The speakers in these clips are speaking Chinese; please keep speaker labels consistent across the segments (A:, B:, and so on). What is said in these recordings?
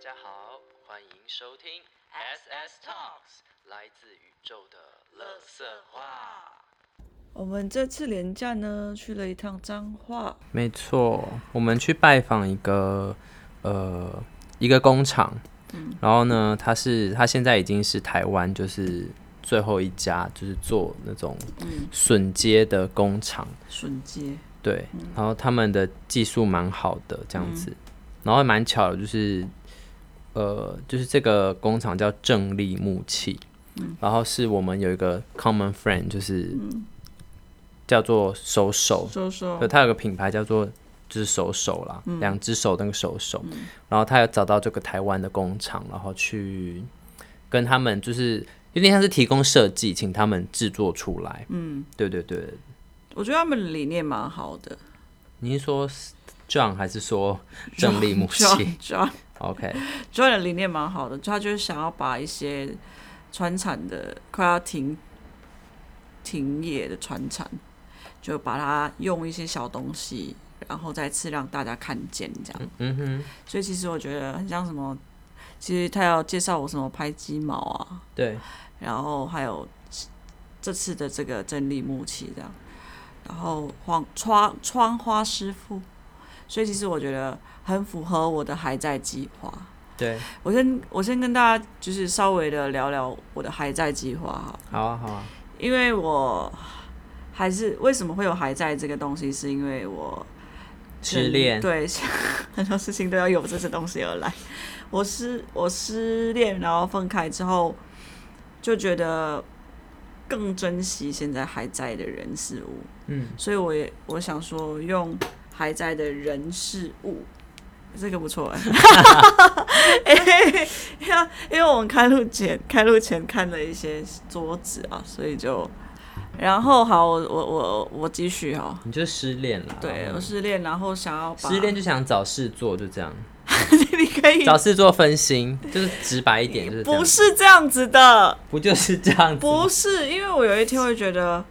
A: 家好，欢迎收听 SS Talks，来自宇宙的乐色话。
B: 我们这次连假呢，去了一趟彰化，
C: 没错，我们去拜访一个呃一个工厂，然后呢，它是它现在已经是台湾就是最后一家就是做那种榫接的工厂，
B: 嗯顺街，
C: 对，然后他们的技术蛮好的这样子，然后蛮巧的就是呃就是这个工厂叫正立木器，然后是我们有一个 common friend 就是叫做手嗯手，
B: 说说
C: 就，他有个品牌叫做就是手手啦，两只手那个手手，然后他有找到这个台湾的工厂，然后去跟他们就是有点像是提供设计，请他们制作出来。
B: 嗯，
C: 对对对，
B: 我觉得他们的理念蛮好的，
C: 你是说 John 还是说正立母器
B: John John
C: ？OK，
B: John 的理念蛮好的，他就是想要把一些船产的快要停停业的船产，就把它用一些小东西，然后再次让大家看见这样。
C: 嗯哼，
B: 所以其实我觉得很像什么，其实他要介绍我什么拍鸡毛啊，
C: 对，
B: 然后还有这次的这个真力木器这样，然后黄窗窗花师傅，所以其实我觉得很符合我的还在计划。
C: 对，
B: 我先我先跟大家就是稍微的聊聊我的还在计划哈，
C: 好啊好啊，
B: 因为我还是为什么会有还在这个东西，是因为我
C: 失恋，
B: 对， 很多事情都要有这些东西而来。我失我失恋，然后分开之后，就觉得更珍惜现在还在的人事物，
C: 嗯，
B: 所以我也我想说，用还在的人事物，这个不错 哎、欸因为因为我们开录前开录前看了一些桌子啊，所以就然后好，我我我我继续哈。
C: 你就失恋了，
B: 对，
C: 然
B: 我
C: 后
B: 失恋，然后想要把
C: 失恋就想找事做，就 这样，
B: 你可 以
C: 找事做分心，就是直白一点，就是这样
B: 不是这样子的，
C: 不就是这样子吗？
B: 不是，因为我有一天会觉得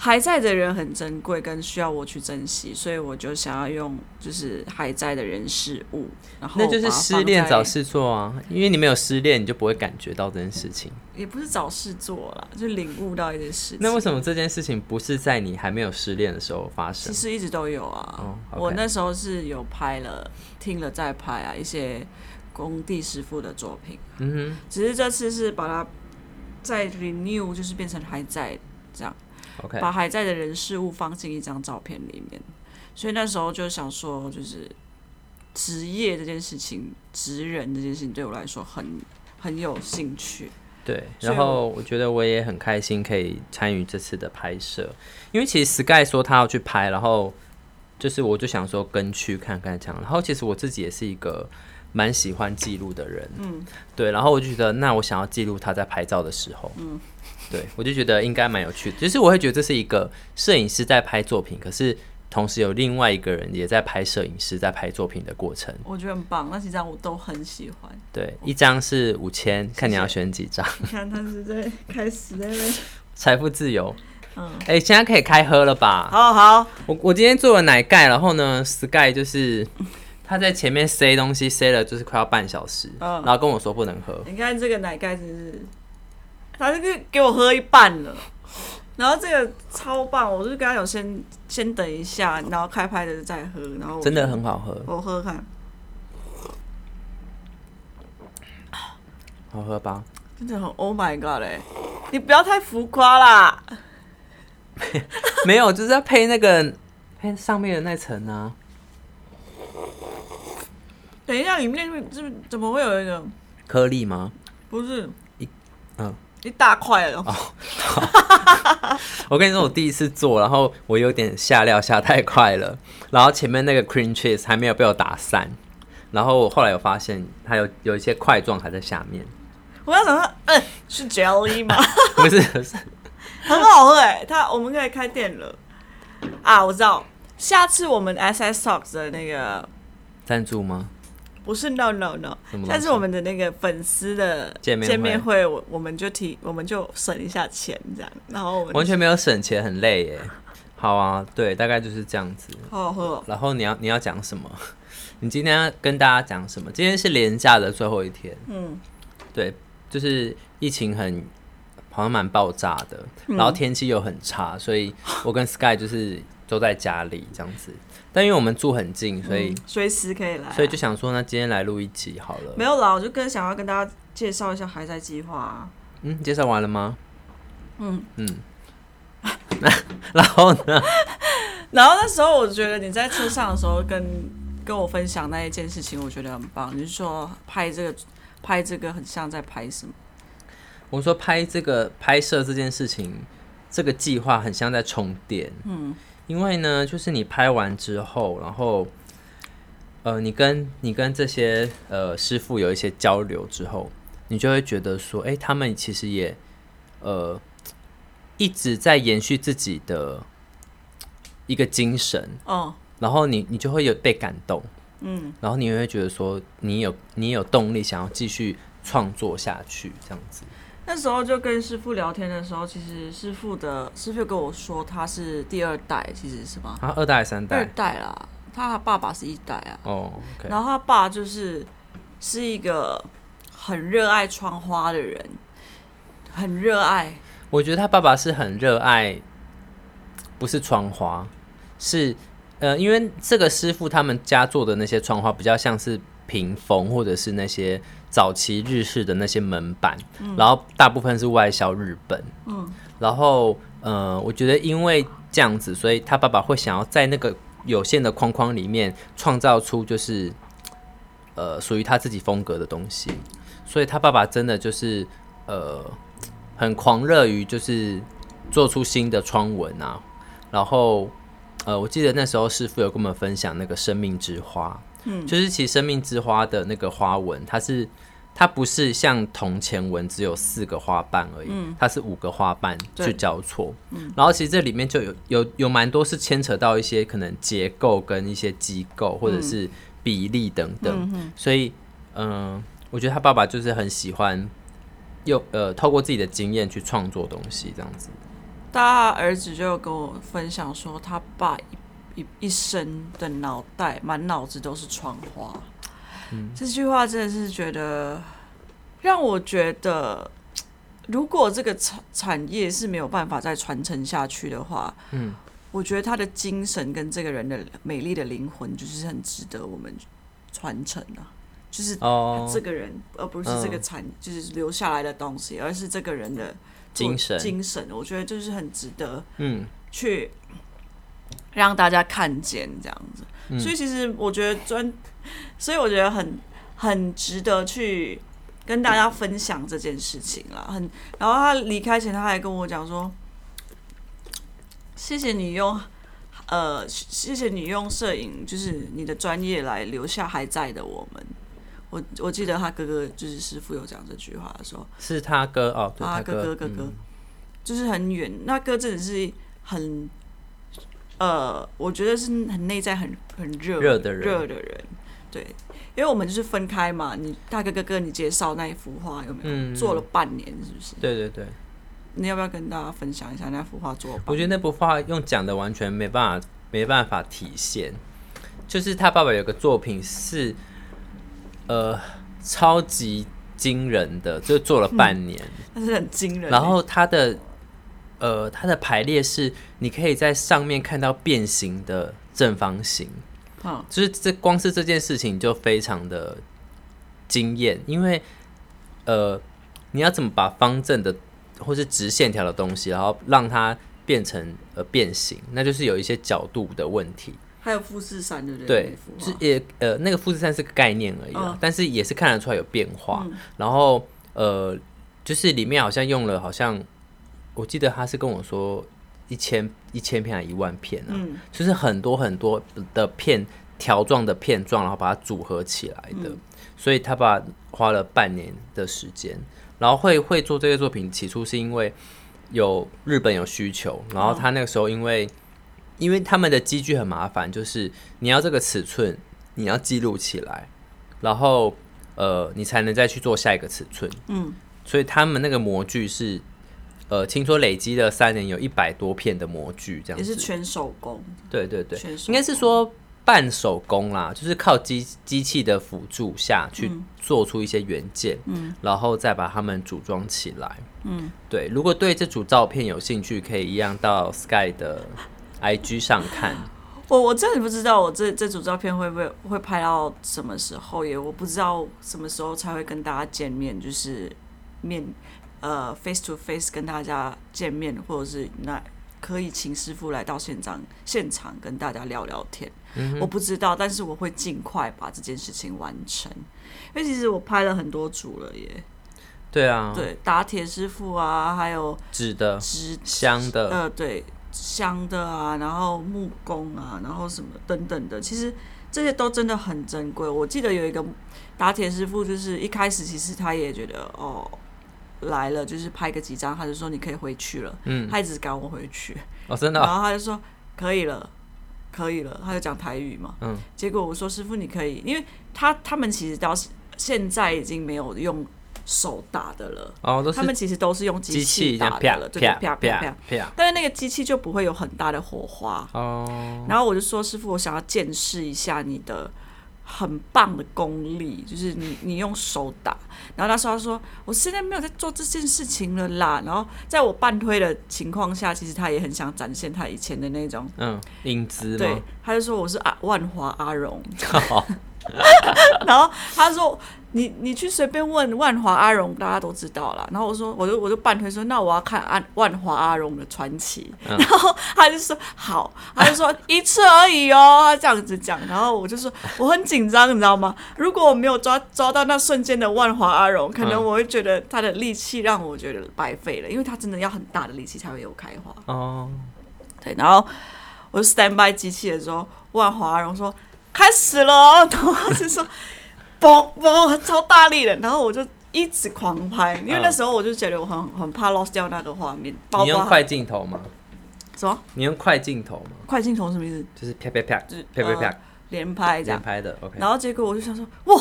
B: 还在的人很珍贵，跟需要我去珍惜，所以我就想要用就是还在的人事物，然后
C: 那就
B: 把
C: 是
B: 它
C: 失
B: 放
C: 恋
B: 在
C: 找，事做啊，因为你没有失恋，你就不会感觉到这件事情。
B: 也不是找事做啦，就领悟到一件事情。
C: 那为什么这件事情不是在你还没有失恋的时候发
B: 其
C: 生？
B: 实一直都有啊，
C: 哦，OK
B: 我那时候是有拍了、听了再拍啊一些工地师傅的作品，
C: 嗯
B: 只是这次是把它再 renew，就是变成还在这样。
C: 哼，OK，
B: 把还在的人事物放进一张照片里面，所以那时候就想说，就是职业这件事情、职人这件事情对我来说很很有兴趣。
C: 对。
B: 所
C: 然
B: 以
C: 后我觉得我也很开心可以参与这次的拍摄，因为其实 Sky 说他要去拍，然后就是我就想说跟去看看这样。然后其实我自己也是一个蛮喜欢记录的人，嗯，对。然后我就觉得，那我想要记录他在拍照的时候，嗯，对，我就觉得应该蛮有趣的。就是我会觉得这是一个摄影师在拍作品，可是同时有另外一个人也在拍摄影师在拍作品的过程。
B: 我觉得很棒，那几张我都很喜欢。
C: 对，一张是五千，看你要选几张。
B: 你看，他是在开始在那边，
C: 财富自由。
B: 嗯，
C: 哎、现在可以开喝了吧？
B: 好好，
C: 我我今天做了奶盖，然后呢，Sky 就是他在前面塞东西，塞了就是快要半小时，
B: 嗯
C: 然后跟我说不能喝。
B: 你看这个奶盖真是，他这个给我喝一半 了。然后这个超棒，我就跟他有先先等一下，然后开拍的再喝，然后我
C: 真的很好喝，
B: 我喝喝看，
C: 好喝吧？
B: 真的很 Oh my God 哎、你不要太浮夸啦！
C: 没有，就是要配那个配上面的那层啊。
B: 等一下，里面是不是怎么会有一个
C: 颗粒吗？
B: 不是
C: 一嗯啊
B: 一大块的？
C: 我跟你说，我第一次做，然后我有点下料下太快了，然后前面那个 cream cheese 还没有被我打散，然后我后来有发现它有有一些块状还在下面，
B: 我要想说，嗯，是 jelly 吗？
C: 不是，不是
B: 很好喝哎、它我们可以开店了啊！我知道，下次我们 SS Talks 的那个
C: 赞助吗？
B: 不是 No No No，
C: 什么东西
B: 下次我们的那个粉丝的
C: 见面会
B: 见面会，我我们就提，我们就省一下钱这样，然后我们
C: 完全没有省钱，很累耶。好啊，对，大概就是这样子。
B: 好好喝、哦。
C: 然后你要你要讲什么？ 你今天要跟大家讲什么？今天是连假的最后一天，
B: 嗯，
C: 对，就是疫情很好像蛮爆炸的，
B: 嗯
C: 然后天气又很差，所以我跟 Sky 就是都在家里这样子。但因为我们住很近，所以、
B: 嗯随时可以来啊、
C: 所以就想说呢，今天来录一集好了。
B: 没有啦，我就跟想要跟大家介绍一下还在计划、啊。
C: 嗯，介绍完了吗？
B: 嗯
C: 嗯。 然后呢？
B: 然后那时候我觉得你在车上的时候跟跟我分享那一件事情，我觉得很棒。你是说拍这个拍这个很像在拍什么？
C: 我说拍这个拍摄这件事情，这个计划很像在充电。嗯，因为呢，就是你拍完之后，然后，呃，你跟你跟这些呃师傅有一些交流之后，你就会觉得说，哎、他们其实也呃一直在延续自己的一个精神，
B: 哦，
C: 然后你你就会有被感动，
B: 嗯，
C: 然后你会觉得说，你有你有动力想要继续创作下去，这样子。
B: 那时候就跟师傅聊天的时候，其实师傅的师傅跟我说他是第二代，其实是吗？
C: 啊，二代还是三
B: 二
C: 代？
B: 代啦，他爸爸是一代啊。
C: 哦，OK，
B: 然后他爸就是是一个很热爱窗花的人，很热爱，
C: 我觉得他爸爸是很热爱，不是窗花，是呃，因为这个师傅他们家做的那些窗花比较像是屏风，或者是那些早期日式的那些门板，
B: 嗯
C: 然后大部分是外销日本，嗯，然后呃，我觉得因为这样子，所以他爸爸会想要在那个有限的框框里面创造出就是呃属于他自己风格的东西，所以他爸爸真的就是呃。很狂热于就是做出新的窗纹啊。然后，呃，我记得那时候师傅有跟我们分享那个生命之花，嗯，就是其实生命之花的那个花纹，它是它不是像铜钱纹只有四个花瓣而已，它是五个花瓣
B: 对
C: 去交错。然后其实这里面就有有有蛮多是牵扯到一些可能结构跟一些机构或者是比例等等，所以嗯、呃我觉得他爸爸就是很喜欢用呃透过自己的经验去创作东西这样子。
B: 他儿子就跟我分享说，他爸一一一生的脑袋满脑子都是窗花。这句话真的是觉得让我觉得，如果这个产产业是没有办法再传承下去的话，嗯，我觉得他的精神跟这个人的美丽的灵魂，就是很值得我们传承啊。就是
C: 哦
B: 这个人，而不是
C: 嗯
B: 这个产，就是留下来的东西，而是这个人的
C: 精神
B: 精神，我觉得就是很值得
C: 嗯，
B: 去让大家看见这样子。所以其实我觉得专，所以我觉得很很值得去跟大家分享这件事情啦。很，然后他离开前他还跟我讲说：“谢谢你用。”呃，谢谢你用摄影，就是你的专业来留下还在的我们。我我记得他哥哥就是师傅有讲这句话的时候，
C: 是他哥哦，对，
B: 啊，
C: 他
B: 哥哥哥哥，就是很远。那哥真的是很，呃，我觉得是很内在很很热
C: 热的人
B: 热的人，对，因为我们就是分开嘛。你大哥哥跟你介绍那一幅画有没有、
C: 嗯
B: 做了嗯半年？是不是？
C: 对对对，
B: 你要不要跟大家分享一下那幅画做了半年？
C: 我觉得那幅画用讲的完全没办法，没办法体现。就是他爸爸有个作品是，呃，超级惊人的，就做了半年，
B: 那是很惊人欸。
C: 然后它的呃它的排列是，你可以在上面看到变形的正方形，
B: 嗯，
C: 就是这光是这件事情就非常的惊艳，因为呃，你要怎么把方正的或是直线条的东西，然后让它变成呃变形，那就是有一些角度的问题。
B: 还有富士山，对不对？
C: 对
B: 那幅，
C: 是
B: 画
C: 也呃那个富士山是个概念而已啦，
B: 嗯
C: 但是也是看得出来有变化。然后呃，就是里面好像用了，好像我记得他是跟我说一千一千片还一万片啊，
B: 嗯
C: 就是很多很多的片条状的片状，然后把它组合起来
B: 嗯
C: 的。所以他把花了半年的时间，然后会会做这些作品，起初是因为有日本有需求，然
B: 哦
C: 后他那个时候因为、因为他们的机具很麻烦，就是你要这个尺寸，你要记录起来，然后呃，你才能再去做下一个尺寸。
B: 嗯，
C: 所以他们那个模具是呃，听说累积了三年有一百多片的模具，这样
B: 也
C: 子
B: 是全手工，
C: 对对对
B: 全，手
C: 应该是说半手工啦，就是靠机机器的辅助下去
B: 嗯
C: 做出一些元件，嗯，然后再把它们组装起来，嗯，对。如果对这组照片有兴趣，可以一样到 Sky 的 IG 上 看。
B: 我我真的不知道我这这组照片会不会会拍到什么时候耶，我不知道什么时候才会跟大家见面，就是面呃 face to face 跟大家见面，或者是那可以请师傅来到现场现场跟大家聊聊天。我不知道，但是我会尽快把这件事情完成，因为其实我拍了很多组了耶，
C: 对啊，
B: 对打铁师傅啊，还有
C: 纸的、
B: 直
C: 香的，
B: 呃，对，香的啊，然后木工啊，然后什么等等的，其实这些都真的很珍贵。我记得有一个打铁师傅，就是一开始其实他也觉得哦来了，就是拍个几张，他就说你可以回去了，
C: 嗯，
B: 他一直赶我回去，
C: 哦，真的
B: 然
C: 哦、
B: 后他就说可以了。可以了，他就讲台语嘛。
C: 嗯，
B: 结果我说师傅你可以，因为他他们其实到现在已经没有用手打的了，
C: 哦，都
B: 他们
C: 是
B: 其实都是用
C: 机
B: 机
C: 器这
B: 打
C: 样
B: 的
C: 啪
B: 了，对对
C: 啪
B: 啪啪啪
C: 啪。啪，
B: 但是那个机器就不会有很大的火花。
C: 哦，
B: 然后我就说：“师傅，我想要见识一下你的很棒的功力，就是你你用手打。”然后那时候他说：“我现在没有在做这件事情了啦。”然后在我半推的情况下，其实他也很想展现他以前的那种。
C: 嗯，影子
B: 对
C: 吗？，
B: 他就说我是阿万华 阿荣，
C: 好
B: 然后他说你你去随便问万华阿荣，大家都知道啦。然后我说我就我就半推说那我要看安万华阿荣的传奇，
C: 嗯
B: 然后他就说好，他就说一次而已哦，他这样子讲。然后我就说我很紧张，你知道吗？如果我没有抓抓到那瞬间的万华阿荣，可能
C: 嗯
B: 我会觉得他的力气让我觉得白费了，因为他真的要很大的力气才会有开花。
C: 哦，
B: 对，然后我就 stand by 机器的时候，万华荣说开始了哦，然后他就说嘣嘣，超大力的，然后我就一直狂拍，因为那时候我就觉得我很很怕 lost 掉那个画面，包
C: 嗯你用
B: 括
C: 快镜头吗？
B: 什么
C: 你用快镜头吗？
B: 快镜头什么意思？
C: 就是啪啪啪
B: 就是
C: 啪啪啪
B: 呃连拍这
C: 连
B: 样，
C: 拍的，OK，
B: 然后结果我就想说，哇，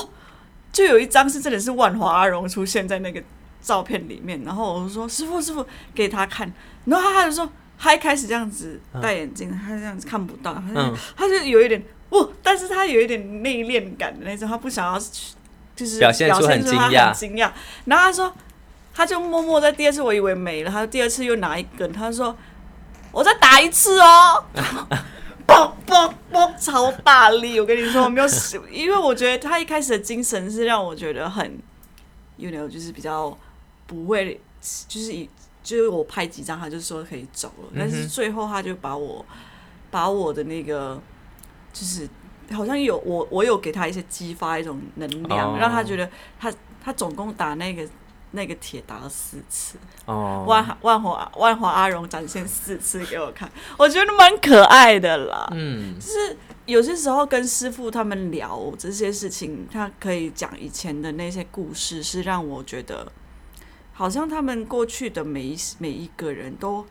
B: 就有一张是真的是万华阿荣出现在那个照片里面，然后我就说师傅师傅给他看，然后他就说他一开始这样子戴眼镜，他这样子看不到，他就、
C: 嗯
B: 他就有一点哇，但是他有一点内敛感的那种，他不想要去就是
C: 表现出很
B: 出他
C: 惊讶
B: 很惊讶，然后他说他就默默在第二次我以为没了，他第二次又拿一根，他说我再打一次哦。嘣嘣嘣，超大力！我跟你说，我没有 使，因为我觉得他一开始的精神是让我觉得很，you know，就是比较不会，就是一就是我拍几张他就说可以走了，
C: 嗯
B: 但是最后他就把我把我的那个就是好像有我我有给他一些激发一种能量，
C: 哦
B: 让他觉得他他总共打那个。那个铁打了四次，
C: 哦，
B: 万万华万华阿荣展现四次给我看，我觉得蛮可爱的啦。
C: 嗯，
B: 就是有些时候跟师傅他们聊这些事情，他可以讲以前的那些故事，是让我觉得好像他们过去的每一每一个人都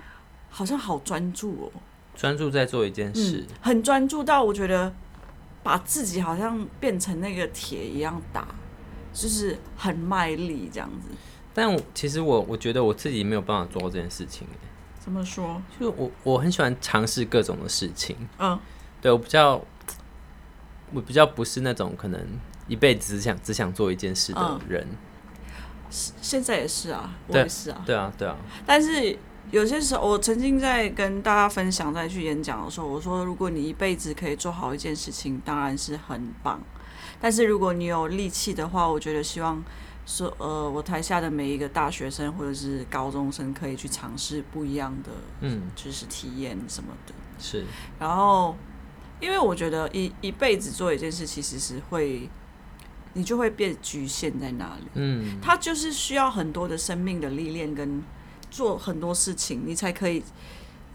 B: 好像好专注哦，
C: 专注在做一件事
B: 嗯，，很专注到我觉得把自己好像变成那个铁一样打，就是很卖力这样子。
C: 但我其实我我觉得我自己没有办法做到这件事情欸，
B: 怎么说？
C: 就我我很喜欢尝试各种的事情，
B: 嗯，
C: 对我比较，我比较不是那种可能一辈子只想只想做一件事的
B: 嗯
C: 人，
B: 现在也是啊，我
C: 对
B: 也是啊。
C: 对啊对啊，
B: 但是有些时候，我曾经在跟大家分享，在去演讲的时候，我说，如果你一辈子可以做好一件事情，当然是很棒。但是如果你有力气的话，我觉得希望说，呃，我台下的每一个大学生或者是高中生可以去尝试不一样的
C: 嗯，
B: 知识体验什么的。
C: 是
B: 然后，因为我觉得一一辈子做一件事，其实是会，你就会变局限在那里。
C: 嗯
B: 它就是需要很多的生命的历练跟做很多事情，你才可以，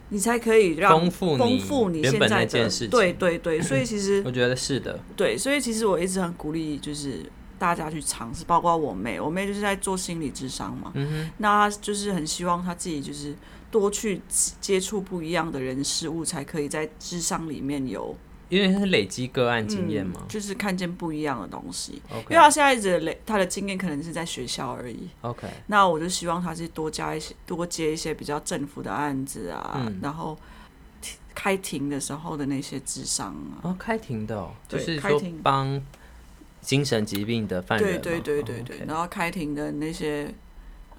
B: 你才可以让
C: 丰富你
B: 丰富你
C: 原
B: 现
C: 本
B: 在
C: 那
B: 的
C: 件事情
B: 对对对，所以其实
C: 我觉得是的，
B: 对，所以其实我一直很鼓励，就是大家去尝试，包括我妹，我妹就是在做心理智商嘛，
C: 嗯
B: 那她就是很希望她自己就是多去接触不一样的人事物，才可以在智商里面有
C: 哼，因为是累积个案经验
B: 嗯
C: 嘛
B: 就是看见不一样的东西。因
C: ，OK
B: 为她现在的累，她的经验可能是在学校而已，
C: OK，
B: 那我就希望他是多加一些、多接一些比较政府的案子啊，
C: 嗯
B: 然后提开庭的时候的那些智商啊，
C: 哦，开庭的哦，就
B: 对
C: 是
B: 开
C: 说
B: 庭
C: 帮精神疾病的犯人
B: 对
C: 吗。
B: 对对对
C: 哦
B: 对，
C: ，OK
B: 然后开庭的那些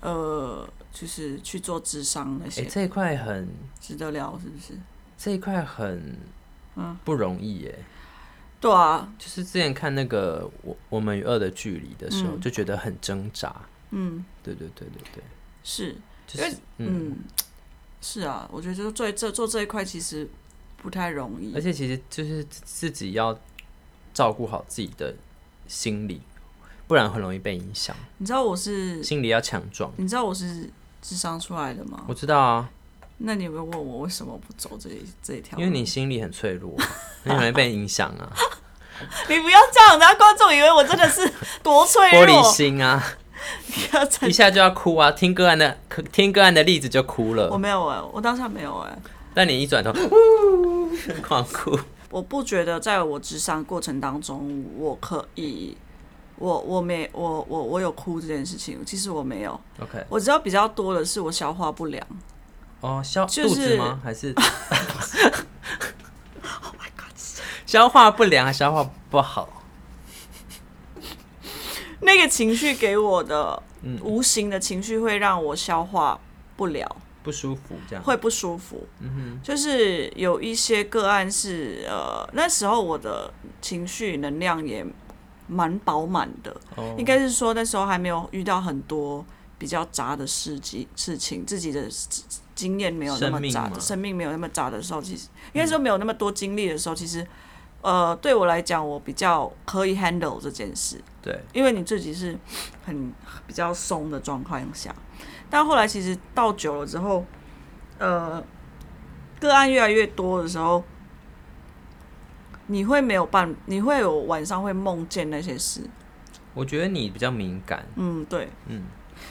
B: 呃，就是去做智商那
C: 哎、
B: 些，
C: 这一块很
B: 值得聊是不是？
C: 这一块很
B: 嗯
C: 不容易耶。
B: 对啊，
C: 就是之前看那个《我我们与恶的距离》的时候，就觉得很挣扎。
B: 嗯，
C: 对对对对对，
B: 是，
C: 就
B: 因
C: 是嗯，
B: 嗯，是啊，我觉得就是做这做这一块其实不太容易
C: 而，且其实就是自己要照顾好自己的心理，不然很容易被影响。
B: 你知道我是
C: 心理要强壮，
B: 你知道我是智商出来的吗？
C: 我知道啊，
B: 那你有没有问我为什么不走这一这一条
C: 因
B: 路？
C: 为你心理很脆 弱，你很容易被影响啊，
B: 你不要这样，然后观众以为我真的是多脆弱。
C: 玻璃心啊。
B: 不要再
C: 一下就要哭啊！听个案的听个案的例子就哭
B: 我
C: 了，
B: 没有哎、我当下没有哎、
C: 但你一转头， 狂哭。
B: 我不觉得在我智商过程当中，我可以，我我没我我我有哭这件事情，其实我没有，
C: OK，
B: 我知道比较多的是我消化不良。
C: 哦，消、
B: 就是
C: 肚子吗？ 还是
B: Oh
C: 消化不良，还消化不好。
B: 那个情绪给我的
C: 嗯
B: 无形的情绪会让我消化不了，
C: 不舒服，这样嗯
B: 会不舒服。就是有一些个案是呃，那时候我的情绪能量也蛮饱满的，
C: 哦
B: 应该是说那时候还没有遇到很多比较杂的事情事情，自己的经经验没有那么
C: 生命
B: 杂
C: 嘛嗯
B: 的，生命没有那么杂的时候，其实应该说没有那么多经历的时候，其实呃，对我来讲，我比较可以 handle 这件事。
C: 对，
B: 因为你自己是很比较松的状况下，但后来其实到久了之后，呃，个案越来越多的时候，你会没有办，你会有晚上会梦见那些事，
C: 我觉得你比较敏感。
B: 嗯，对，
C: 嗯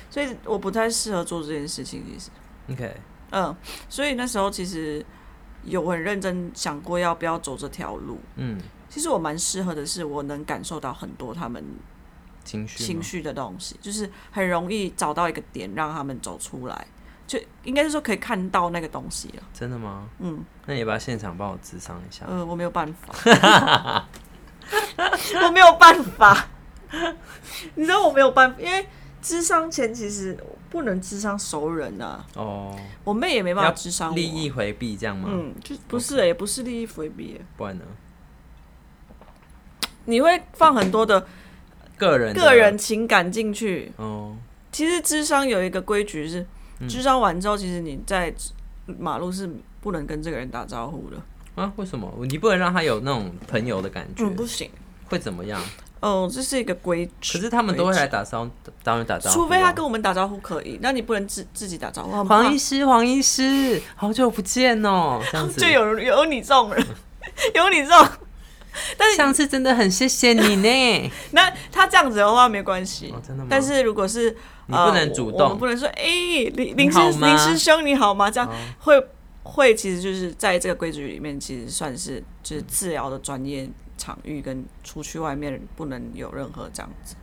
B: 所以我不太适合做这件事情，其实，
C: ，OK，
B: 嗯，所以那时候其实有很认真想过要不要走这条路。
C: 嗯，
B: 其实我蛮适合的是，我能感受到很多他们
C: 情绪吗，
B: 情绪的东西，就是很容易找到一个点让他们走出来，就应该是说可以看到那个东西啊了。
C: 真的吗？
B: 嗯，
C: 那你要不要现场帮我智商一下？
B: 呃，我没有办法， 我没有办法， 你知道我没有办法，因为智商前其实不能智商熟人啊，
C: 哦，
B: 我妹也没办
C: 要
B: 法智商我啊
C: 利益，回避这样吗？
B: 嗯，就不是、欸、也不是利益回避欸、
C: 不然呢？
B: 你会放很多的
C: 个人的
B: 个人情感进去，
C: 哦，
B: 其实智商有一个规矩是，
C: 嗯
B: 智商完之后，其实你在马路是不能跟这个人打招呼的。
C: 啊，为什么你不能让他有那种朋友的感觉？
B: 嗯，不行。
C: 会怎么样？
B: 哦，这是一个规矩。
C: 可是他们都会来打招当然打招呼啊、
B: 除非他跟我们打招呼可以，那你不能自自己打招呼。我很怕
C: 黄医师，黄医师，好久不见哦，这样子
B: 就有有你这 种人，有你这种。
C: 上次真的很谢谢你 呢。
B: 那他这样子的话没关系、
C: 哦真的吗
B: 但是如果是
C: 你
B: 呃
C: 不能主
B: 我
C: 动
B: 我们不能说哎、林林
C: 你
B: 师
C: 好吗哦
B: 林师兄你好吗？这样会、会其实就是在这个规矩里面，其实算是就是治疗的专业场域跟出去外面不能有任何这样子。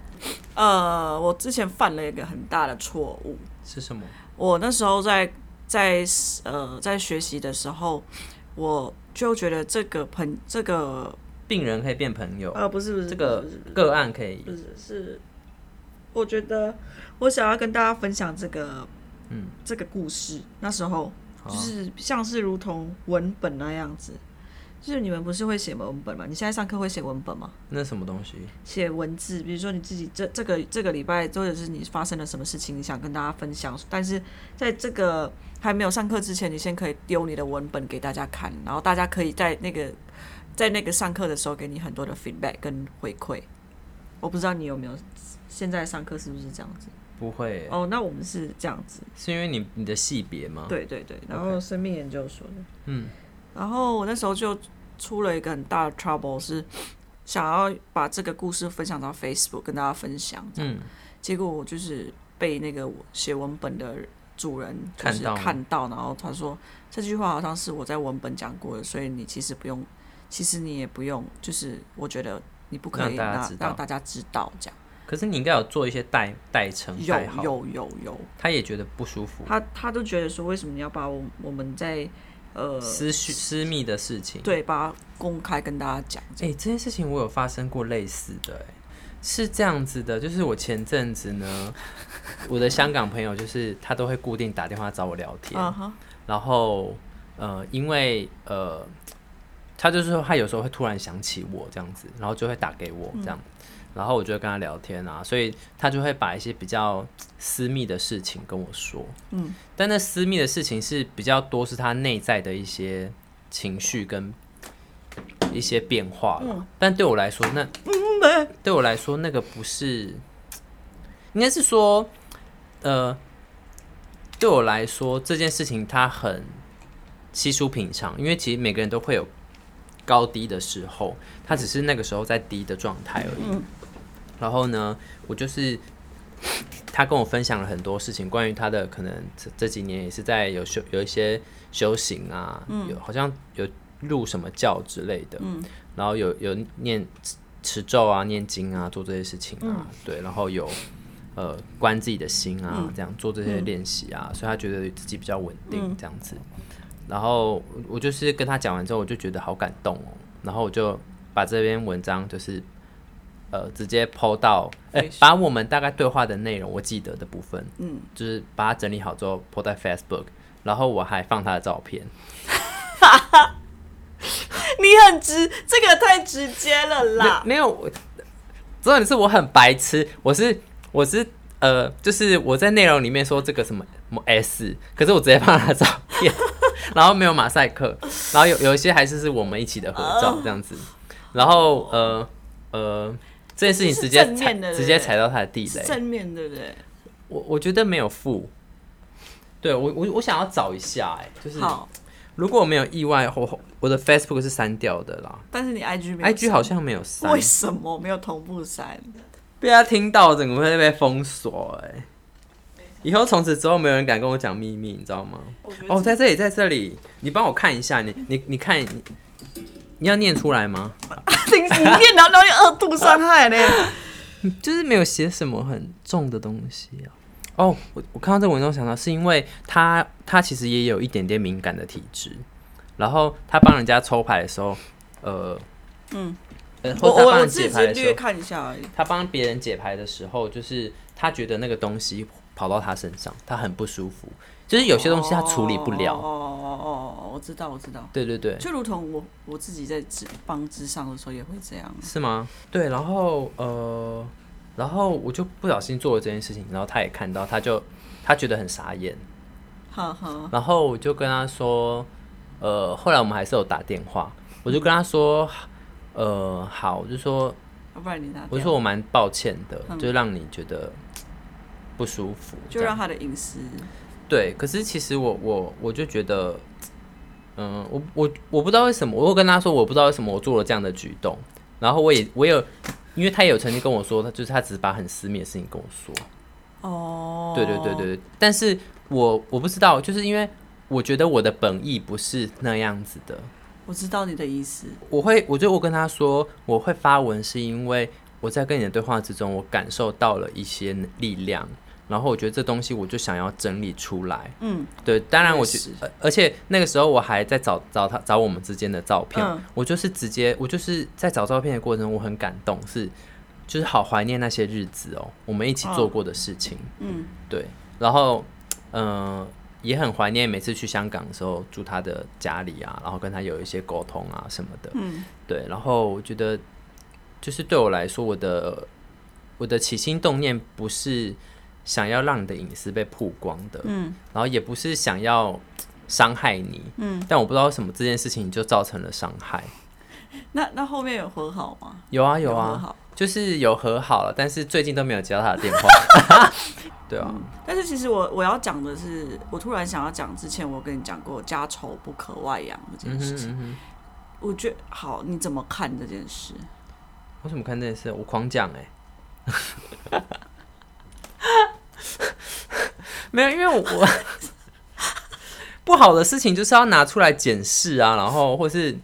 B: 呃，我之前犯了一个很大的错误，
C: 是什么？
B: 我那时候在在呃在学习的时候，我就觉得这个朋这个
C: 病人可以变朋友，
B: 呃不是不是
C: 这
B: 不
C: 个
B: 是不是
C: 个案可以
B: 不是是，我觉得我想要跟大家分享这个，
C: 嗯，
B: 这个故事。那时候
C: 好啊
B: 就、是像是如同文本那样子，就是你们不是会写文本吗？你现在上课会写文本吗？
C: 那什么东西？
B: 写文字，比如说你自己这这个这个礼拜，或者是你发生了什么事情，你想跟大家分享，但是在这个还没有上课之前，你先可以丢你的文本给大家看，然后大家可以在那个在那个上课的时候给你很多的 feedback 跟回馈。我不知道你有没有现在上课是不是这样子？
C: 不会耶，
B: 哦，那我们是这样子，
C: 是因为你你的系别吗？，
B: 对对对，然后生命研究所的，
C: 嗯，
B: 哦然后我那时候就出了一个很大的 trouble，是想要把这个故事分享到 Facebook 跟大家分享，
C: 嗯，
B: 结果我就是被那个写文本的主人就
C: 看
B: 是
C: 到吗
B: 看到，然后他说这句话好像是我在文本讲过的，所以你其实不用，其实你也不用，就是我觉得你不可
C: 让
B: 以
C: 大家
B: 让
C: 知道
B: 让大家知道这样。
C: 可是你应该有做一些代代称
B: 有
C: 代号，
B: 有有有，
C: 他也觉得不舒服。
B: 他他都觉得说为什么你要把我我们在呃，
C: 私绪私密的事情。，
B: 对，把它公开跟大家讲。
C: 哎、这件事情我有发生过类似的、哎，是这样子的，就是我前阵子呢，我的香港朋友就是他都会固定打电话找我聊天，
B: 嗯哼，
C: 然后呃，因为呃，他就是说他有时候会突然想起我这样子，然后就会打给我这样，然后我就会跟他聊天啊，所以他就会把一些比较私密的事情跟我说，
B: 嗯，
C: 但那私密的事情是比较多是他内在的一些情绪跟一些变化啦，但对我来说那对我来说，那个不是，应该是说，呃，对我来说这件事情它很稀疏平常，因为其实每个人都会有高低的时候，他只是那个时候在低的状态而已。然后呢，我就是他跟我分享了很多事情，关于他的可能这这几年也是在有修有一些修行啊，有好像有入什么教之类的，然后有有念持持咒啊、念经啊，做这些事情啊，对，然后有呃关自己的心啊，这样做这些练习啊，所以他觉得自己比较稳定这样子。然后我我就是跟他讲完之后，我就觉得好感动哦，然后我就把这篇文章就是。呃，直接抛到，哎、把我们大概对话的内容，我记得的部分，嗯，就是把它整理好之后抛在 Facebook，然后我还放他的照片，
B: 你很直，这个太直接了啦。
C: 没没有，我重点是我很白痴，我是我是呃，就是我在内容里面说这个什么什么 S，可是我直接放他的照 片，然后没有马赛克，然后有有一些还是是我们一起的合
B: 哦
C: 照这样子，然后呃呃，这件事情直接
B: 这是正
C: 踩
B: 面的对不对
C: 直接踩到他的地
B: 是
C: 雷，
B: 正面对不对？
C: 我我觉得没有负。对我我我想要找一下哎、就是
B: 好，
C: 如果我没有意外，我我的 Facebook 是删掉的啦
B: 但是你 IG 没有
C: ，IG 好像没有删
B: 删，为什么没有同步删？
C: 被他听到，整个会被封锁哎、以后从此之后，没有人敢跟我讲秘密，你知道吗？哦，在这里，在这里，你帮我看一下，你你你看，你你要念出来吗？
B: 你你念到到二度伤害 嘞？
C: 就是没有写什么很重的东西啊。哦，我我看到这个文章想到，是因为他他其实也有一点点敏感的体质，然后他帮人家抽牌的时候，呃，
B: 嗯
C: 呃，或者他
B: 我我
C: 帮
B: 我
C: 人
B: 自
C: 解
B: 己
C: 牌的时
B: 略
C: 候，
B: 看一下而已。
C: 他帮别人解牌的时候，就是他觉得那个东西跑到他身上，他很不舒服。就是有些东西他处理不了。
B: 哦哦哦哦哦，我知道我知道，
C: 对对对，
B: 就如同我我自己在职帮之上的时候也会这样。
C: 是吗？对，然后呃，然后我就不小心做了这件事情，然后他也看到，他就他觉得很傻眼，
B: 哈哈，
C: 然后我就跟他说，呃，后来我们还是有打电话，我就跟他说，呃，好，我就说
B: 要不然你拿
C: 我就
B: 掉，
C: 说我蛮抱歉的，就让你觉得不舒服，
B: 就
C: 这样
B: 让他的隐私。
C: 对，可是其实我我我就觉得，嗯，我我我不知道为什么，我有跟他说我不知道为什么我做了这样的举动，然后我也我有，因为他也有曾经跟我说，他就是他只是把很私密的事情跟我说，
B: 哦，
C: 对对对对对，但是我我不知道，就是因为我觉得我的本意不是那样子的，
B: 哦我知道你的意思。
C: 我会，我就我跟他说，我会发文是因为我在跟你的对话之中，我感受到了一些力量，然后我觉得这东西我就想要整理出来。
B: 嗯，
C: 对，当然
B: 我也
C: 我觉
B: 是
C: 呃而且那个时候我还在找找他找我们之间的照片，
B: 嗯
C: 我就是直接我就是在找照片的过程中，我很感动，是就是好怀念那些日子哦，我们一起做过的事情。
B: 嗯，
C: 对，然后嗯、呃也很怀念每次去香港的时候住他的家里啊，然后跟他有一些沟通啊什么的。
B: 嗯，
C: 对，然后我觉得就是对我来说，我的我的起心动念不是想要让你的隐私被曝光的，
B: 嗯，
C: 然后也不是想要伤害你，
B: 嗯，
C: 但我不知道为什么这件事情就造成了伤害。
B: 那那后面有和好吗？
C: 有啊有
B: 有和
C: 啊，
B: 好
C: 就是有和好了，但是最近都没有接到他的电话。 对啊，
B: 但是其实我我要讲的是，我突然想要讲之前我跟你讲过家丑不可外扬这件
C: 嗯
B: 事
C: 哼
B: 情，
C: 嗯哼，
B: 我觉得好，你怎么看这件事？
C: 我怎么看这件事？我狂讲哎、 没有，因为我我不好的事情就是要拿出来检视啊，然后或是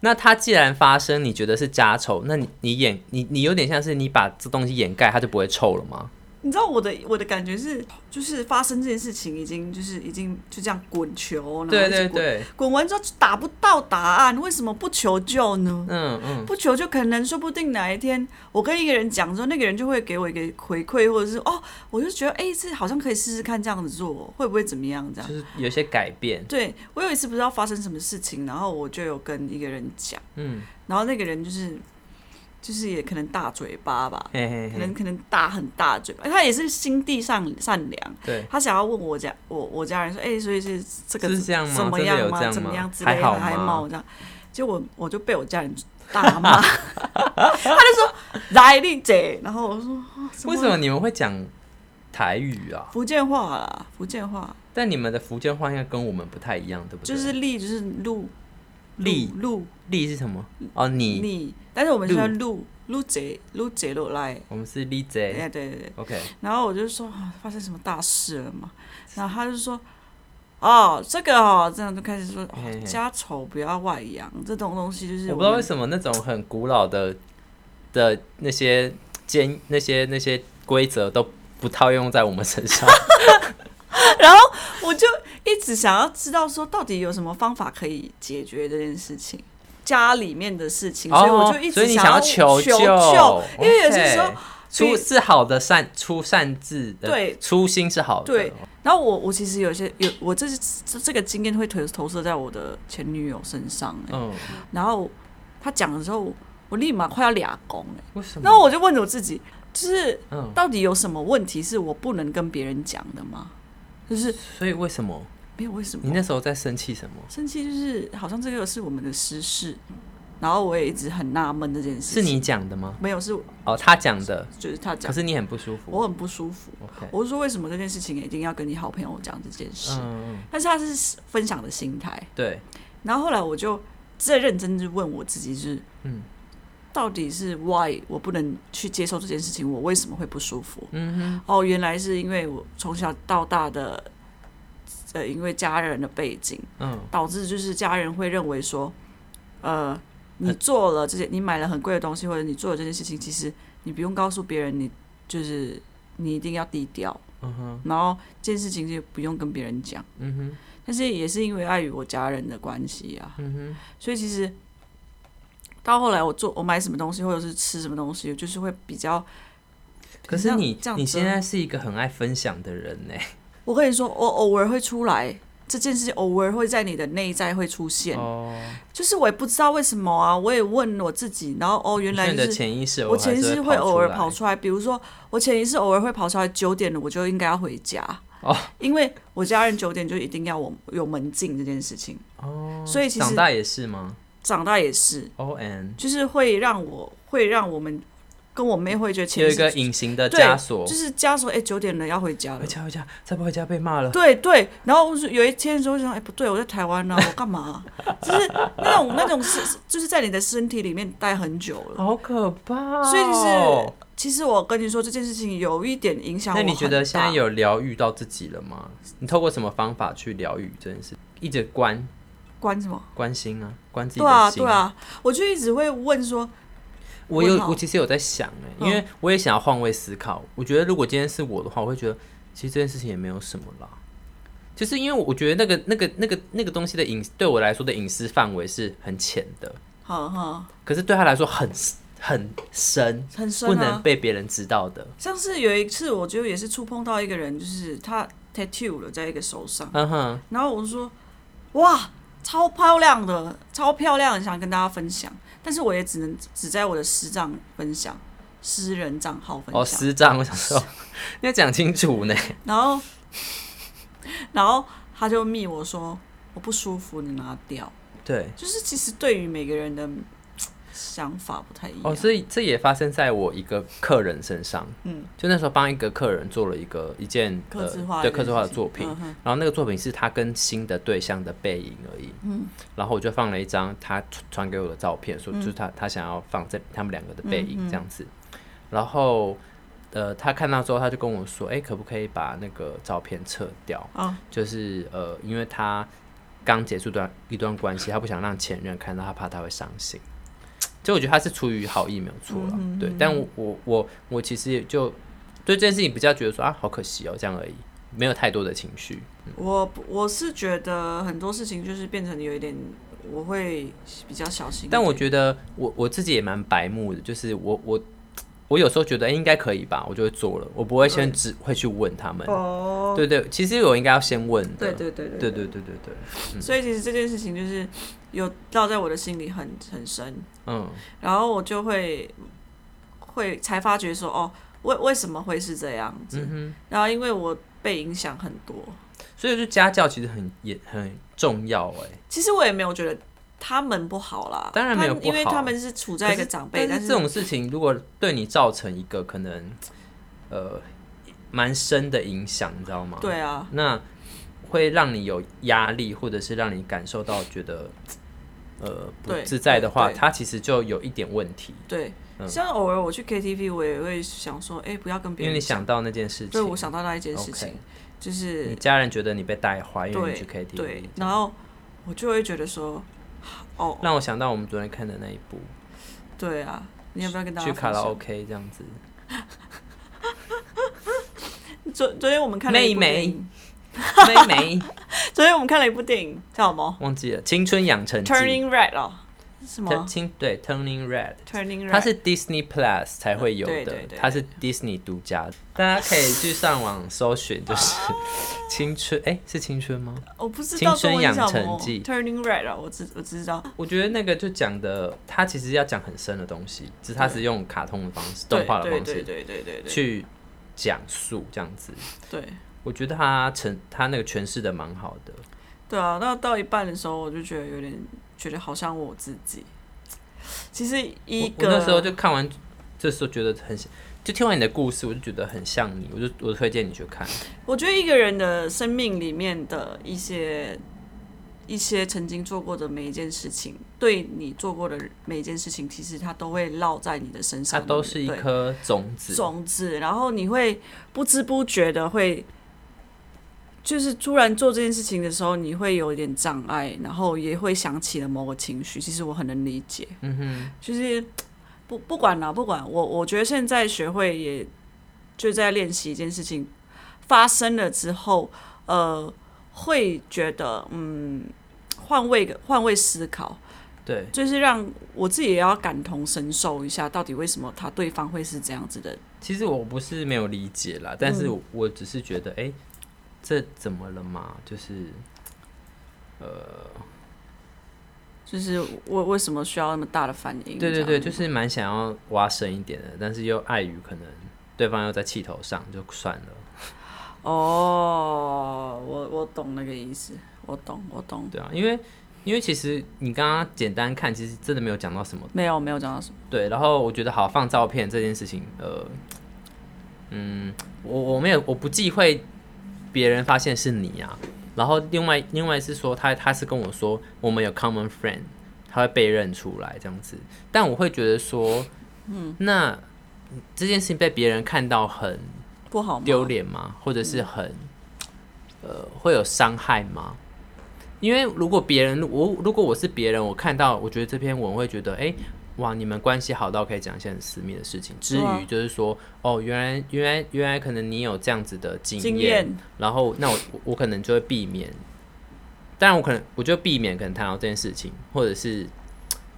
C: 那它既然发生，你觉得是家丑，那你你掩你你有点像是你把这东西掩盖，它就不会臭了吗？
B: 你知道我的我的感觉是，就是发生这件事情已经就是已经就这样滚球，然后
C: 对
B: 一直
C: 对
B: 滚，
C: 对，
B: 滚完之后打不到答案，为什么不求救呢？
C: 嗯嗯，
B: 不求救，可能说不定哪一天我跟一个人讲之后，那个人就会给我一个回馈，或者是哦，我就觉得哎、这好像可以试试看这样子做，会不会怎么样这样
C: 就？是有些改变，
B: 对我有一次不知道发生什么事情，然后我就有跟一个人讲，
C: 嗯，
B: 然后那个人就是就是也可能大嘴巴吧，
C: 嘿嘿
B: 可能
C: 嘿，
B: 可能大很大嘴巴，他也是心地善善良，
C: 对，
B: 他想要问我家我我家人说，哎、所以是这个
C: 是这样吗
B: 怎么
C: 真的有
B: 样
C: 这样吗
B: 怎么样之
C: 还
B: 类
C: 好
B: 的，还
C: 吗
B: 冒这样，结果我就被我家人大骂， 他就说来丽姐，然后我说、啊、
C: 为什么你们会讲台语啊？
B: 福建话啦，福建话
C: 但你们的福建话应该跟我们不太一样，对不对？
B: 就是丽就是路
C: 丽
B: 路
C: 力是什么？哦，你，
B: 你，但是我们现在路路姐路姐路来，
C: 我们是力
B: 哎、
C: 贼。
B: 对对对，
C: OK，
B: 然后我就说、啊发生什么大事了嘛？然后他就说，哦，这个哦，这样就开始说，
C: 嘿嘿
B: 哦、家丑不要外扬，这种东西就是
C: 我不知道为
B: 们
C: 什么那种很古老的的那些监那些那些规则都不套用在我们身上。
B: 然后我就一直想要知道说，到底有什么方法可以解决这件事情，家里面的事情， 所以我就一
C: 哦所以
B: 直
C: 你
B: 要
C: 要求
B: 救，因为有些时候
C: OK，出是好的善出善治的，
B: 对
C: 初心是好的。
B: 对，然后我我其实有些有我这这这个经验会投投射在我的前女友身上、欸
C: 嗯，
B: 然后他讲的时候，我立马快要俩公哎、
C: 为什么？
B: 然后我就问我自己，就是
C: 嗯，
B: 到底有什么问题是我不能跟别人讲的吗？就是
C: 所以为什么？
B: 没有为什
C: 你
B: 么
C: 那时候在生气什么？
B: 生气，就是好像这个是我们的私事，然后我也一直很纳闷这件事
C: 是
B: 情。
C: 你讲的吗？
B: 没有是
C: 哦，他讲的，
B: 就是他
C: 可
B: 讲，
C: 是你很不舒服。
B: 我很不舒服。
C: OK，
B: 我是说为什么这件事情一定要跟你好朋友讲这件事？
C: 嗯，嗯
B: 但是他是分享的心态，
C: 对，
B: 然后后来我就再认真去问我自己是，
C: 嗯，
B: 到底是 why 我不能去接受这件事情，我为什么会不舒服？
C: 嗯
B: 哦，原来是因为我从小到大的，呃，因为家人的背景，
C: 哼，嗯。
B: 导致就是家人会认为说，呃，你做了这些，你买了很贵的东西，或者你做了这件事情，其实你不用告诉别人，你就是你一定要低调，
C: 嗯哼，
B: 然后这件事情就不用跟别人讲。
C: 嗯哼，
B: 但是也是因为碍于我家人的关系啊，
C: 嗯哼，
B: 所以其实到后来我做我买什么东西或者是吃什么东西，就是会比较。
C: 可是你
B: 这样
C: 你
B: 子
C: 现在是一个很爱分享的人呢、
B: 我跟你说，我偶尔会出来这件事情，偶尔会在你的内在会出现。
C: 哦，
B: 就是我也不知道为什么啊，我也问我自己，然后哦，原来
C: 你
B: 就
C: 的
B: 是
C: 潜意识，
B: 我潜意识会偶尔跑
C: 出
B: 出来。比如说，我潜意识偶尔会跑出来，九点了我就应该要回家
C: 哦，
B: 因为我家人九点就一定要我有门禁这件事情。
C: 来哦，
B: 所以其
C: 长
B: 实
C: 大也是吗
B: 长大也是，
C: ？O N
B: 就是会让我会让我们跟我妹会觉得潜
C: 有
B: 意
C: 一个
B: 识
C: 隐形的
B: 对
C: 枷锁
B: 就，是枷锁。哎，九点了要回家了
C: 回。家回家，再不回家被骂了。
B: 对对，然后我就有一天的时候我就想，哎、不对，我在台湾呢、我干嘛、啊就是那种那种是，就是在你的身体里面待很久了。
C: 好可怕、哦！
B: 所以就是，其实我跟你说这件事情有一点影响我
C: 那
B: 很大。
C: 你觉得现在有疗愈到自己了吗？你透过什么方法去疗愈这件事？一直关
B: 关什么？
C: 关心啊，关自己
B: 对啊，
C: 的心。
B: 对啊，我就一直会问说，
C: 我有
B: 问，号嗯
C: 我其实有在想哎、因为我也想要换位思考。我觉得如果今天是我的话，我会觉得其实这件事情也没有什么啦。就是因为我觉得那个、那个、那个、那个东西的隐，对我来说的隐私范围是很浅的，
B: 哈哈，
C: 可是对他来说很很深，
B: 很深
C: 不能
B: 啊。
C: 被别人知道的。
B: 像是有一次，我就也是触碰到一个人，就是他 tattoo 了在一个手上，
C: 嗯哼，
B: 然后我就说，哇，超漂亮的，超漂亮，很想跟大家分享，但是我也只能只在我的私账分享，私人账号分
C: 哦，
B: 享。
C: 师长，我想说， 你要讲清楚 呢。
B: 然后，然后他就密我说我不舒服，你拿掉。
C: 对，
B: 就是其实对于每个人的嗯想法不太一样。
C: 哦，所以这也发生在我一个客人身上。
B: 嗯，
C: 就那时候帮一个客人做了一个一件
B: 刻字化
C: 呃、
B: 的
C: 对刻字化的作品，
B: 嗯哼
C: 然后那个作品是他跟新的对象的背影而已。嗯，然后我就放了一张他传传给我的照片，说就是他、他想要放在他们两个的背影这样子。然后呃，他看到之后他就跟我说，哎、可不可以把那个照片撤掉？
B: 哦
C: 就是呃，因为他刚结束段一段关系，他不想让前任看到，他怕他会伤心。就我觉得他是出于好意没有错了，对。但我我我我其实就对这件事情比较觉得说啊，好可惜哦，这样而已，没有太多的情绪。
B: 我我是觉得很多事情就是变成有一点，我会比较小心一点。
C: 但我觉得我我自己也蛮白目的，就是我我我有时候觉得、哎应该可以吧，我就会做了，我不会先只会去问他们。
B: 哦，
C: 对对，其实我应该要先问的。
B: 对对对
C: 对嗯对对对对，
B: 所以其实这件事情就是有烙在我的心里很很深，
C: 嗯，
B: 然后我就会会才发觉说，哦，为为什么会是这样子？
C: 嗯
B: 然后因为我被影响很多，
C: 所以就家教其实很也很重要哎、
B: 其实我也没有觉得他们不好啦，
C: 当然没有
B: 他
C: 不
B: 因为
C: 好
B: 他们是处在一个长辈，
C: 但
B: 但
C: 是
B: 是
C: 这种事情如果对你造成一个可能呃蛮深的影响，你知道吗？，
B: 对啊，
C: 那会让你有压力，或者是让你感受到觉得呃不
B: 对
C: 自在的话，
B: 对对
C: 它其实就有一点问题，
B: 对，
C: 嗯
B: 像偶尔我去 KTV，我也会想说，哎、不要跟别
C: 因为
B: 人
C: 你想到那件事情，
B: 对我想到那一件事情
C: OK
B: 就
C: 你
B: 是
C: 家人觉得你被带坏，因为你去
B: 对
C: KTV，
B: 对，然后我就会觉得说，哦，
C: 让我想到我们昨天看的那一部，
B: 对啊，你要不要跟大家
C: 去卡
B: 分
C: 拉
B: 享
C: OK 这样子，
B: 昨昨天我们看了一部
C: 妹
B: 电
C: 妹
B: 影，
C: 妹妹
B: 昨天我们看了一部电影叫什么
C: 忘记了《青春养成记》
B: ？Turning Red 哦，是什么
C: 青对 Turning Red。
B: ？Turning Red，
C: 它是 Disney Plus 才会有
B: 对对
C: 的
B: 对，对
C: 它是 Disney 独家的，大家可以去上网搜寻，就是青春，哎、是青春吗？
B: 我不知
C: 青
B: 道
C: 春
B: 中文
C: 养
B: 是什
C: 成
B: 么
C: 记
B: ，Turning Red 哦，我知我知道，
C: 我觉得那个就讲的，它其实要讲很深的东西，只是它是用卡通的方式、
B: 对
C: 动画的
B: 对
C: 方
B: 对
C: 式
B: 对对对对
C: 去讲述这样子。
B: 对
C: 我觉得它呈它那个诠释的蛮好的，
B: 对啊！那到一半的时候，我就觉得有点觉得好像我自己。其实
C: 我
B: 一
C: 我
B: 个
C: 那时候就看完，这时候觉得很像，就听完你的故事，我就觉得很像你，我就我推荐你去看。
B: 我觉得一个人的生命里面的一些一些曾经做过的每一件事情，对你做过的每一件事情，其实它都会烙在你的身
C: 它
B: 上，
C: 都是一
B: 对
C: 颗种子，
B: 种子，然后你会不知不觉的会，就是突然做这件事情的时候，你会有一点障碍，然后也会想起了某个情绪。其实我很能理解，嗯哼，就是不不管啦，不管我，我觉得现在学会也就在练习一件事情，发生了之后，呃，会觉得嗯，换位个换位思考，
C: 对。
B: 就是让我自己也要感同身受一下，到底为什么他对方会是这样子的
C: 其实我不是没有理解啦，但
B: 嗯
C: 是我我只是觉得，哎、这怎么了嘛？就是，呃，
B: 就是为为什么需要那么大的反应？
C: 对对
B: 这
C: 对，
B: 样
C: 就是蛮想要挖深一点的，但是又碍于可能对方又在气头上，就算了。
B: 哦，我我懂那个意思，我懂我懂，
C: 对啊，因为因为其实你刚刚简单看，其实真的没有讲到什么。
B: 没有没有讲到什么，
C: 对，然后我觉得好放照片这件事情，呃，嗯，我我没有我不忌讳别人发现是你啊。然后另外另外是说他他是跟我说我们有 common friend，他会被认出来这样子，但我会觉得说，嗯，那这件事情被别人看到很
B: 不好吗？
C: 丢脸吗？或者是很、呃会有伤害吗？因为如果别人我如果我是别人，我看到我觉得这篇文会觉得哎、诶哇，你们关系好到可以讲一些很私密的事情。至
B: 对啊
C: 于就是说哦，原来原来原来可能你有这样子的经
B: 经
C: 验
B: 验，
C: 然后那我我我可能就会避免，当然我可能我就避免可能谈到这件事情，或者是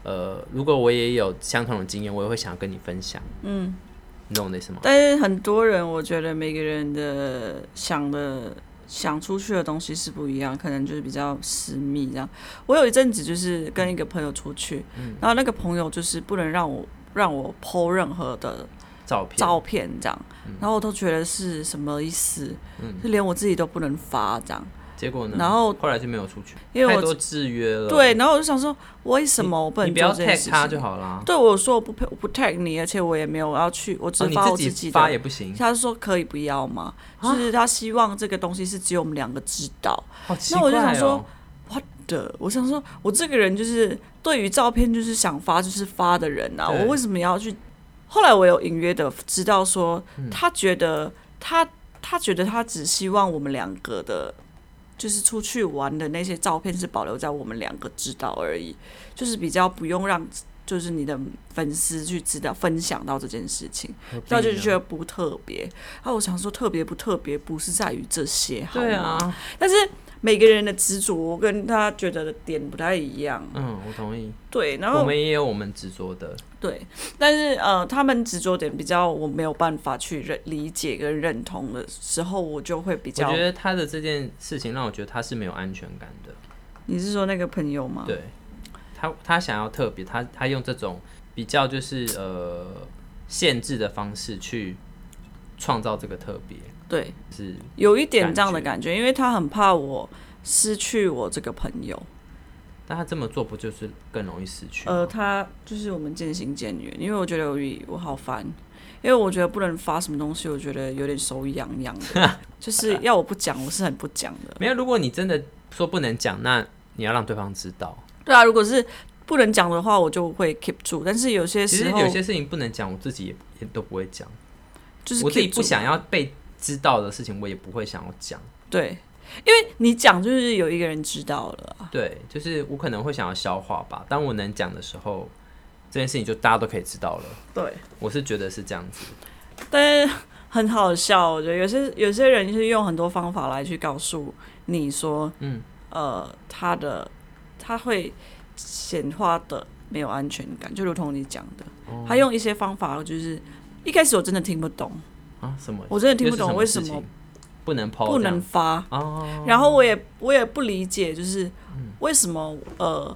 C: 呃，如果我也有相同的经验，我也会想要跟你分享。嗯，你懂我的意思吗？
B: 但是很多人，我觉得每个人的想的想出去的东西是不一样，可能就是比较私密这样。我有一阵子就是跟一个朋友出去，
C: 嗯
B: 然后那个朋友就是不能让我让我剖任何的
C: 照片嗯
B: 照片这样，然后我都觉得是什么意思，就连我自己都不能发这样。
C: 结果呢？
B: 然后
C: 后来就没有出去，
B: 因为
C: 太
B: 我
C: 多制约了。
B: 对，，然后我就想说，为什么我不
C: 你
B: 能
C: 不
B: 做
C: 要
B: 这件事
C: tag 他就
B: 情？
C: 好啦。
B: 对，我说我不配我不 tag 你，而且我也没有要去，我只
C: 哦你
B: 发我
C: 自
B: 己的。
C: 发也不啊行，
B: 他说可以不要吗？就是他希望这个东西是只有我们两个知道。
C: 好奇
B: 那
C: 怪
B: 我就想
C: 哦
B: 说。What the？我想说，我这个人就是对于照片就是想发就是发的人啊，
C: 对
B: 我为什么要去？后来我有隐约的知道说，
C: 嗯
B: 他觉得他他觉得他只希望我们两个的，就是出去玩的那些照片是保留在我们两个知道而已，就是比较不用让。就是你的粉丝去知道分享到这件事情，
C: 何必
B: 那就
C: 呢
B: 觉得不特别。然后我想说，特别不特别，不是在于这些，好
C: 对
B: 吗？
C: 啊，
B: 但是每个人的执着跟他觉得的点不太一样，
C: 嗯，我同意，
B: 对。然
C: 我
B: 后
C: 们也有我们执着的，
B: 对，但是呃，他们执着点比较我没有办法去认理解跟认同的时候，我就会比
C: 我
B: 较
C: 觉。得他的这件事情让我觉得他是没有安全感的，
B: 你是说那个朋友吗？
C: 对他，他想要特别，他他用这种比较就是呃限制的方式去创造这个特别，
B: 对，
C: 是
B: 有一点这样的感觉，因为他很怕我失去我这个朋友。
C: 但他这么做不就是更容易失去吗？
B: 呃，他就是我们渐行渐远，因为我觉得我我好烦，因为我觉得不能发什么东西，我觉得有点手痒痒 的，就是要我不讲，我是很不讲的。
C: 没有，如果你真的说不能讲，那你要让对方知道。
B: 对啊，如果是不能讲的话，我就会 keep 住，但是有些
C: 其
B: 时
C: 实
B: 候
C: 有些事情不能讲，我自己也也都不会讲。
B: 就是
C: 我自己
B: keep
C: 不
B: 住
C: 想要被知道的事情，我也不会想要讲。
B: 对，因为你讲就是有一个人知道了啊，
C: 对，就是我可能会想要消化吧。当我能讲的时候，这件事情就大家都可以知道了。
B: 对，
C: 我是觉得是这样子。
B: 但是很好笑，我觉得有些有些人是用很多方法来去告诉你说，
C: 嗯，
B: 呃，他的他会显化的没有安全感，就如同你讲的，
C: 哦
B: 他用一些方法，就是一开始我真的听不懂，
C: 啊，什么？
B: 我真的听不
C: 又
B: 懂
C: 是
B: 为
C: 什
B: 什
C: 事
B: 么
C: 情不能抛？
B: 不能发，
C: 哦，嗯
B: 然后我也我也不理解，就是为什么呃，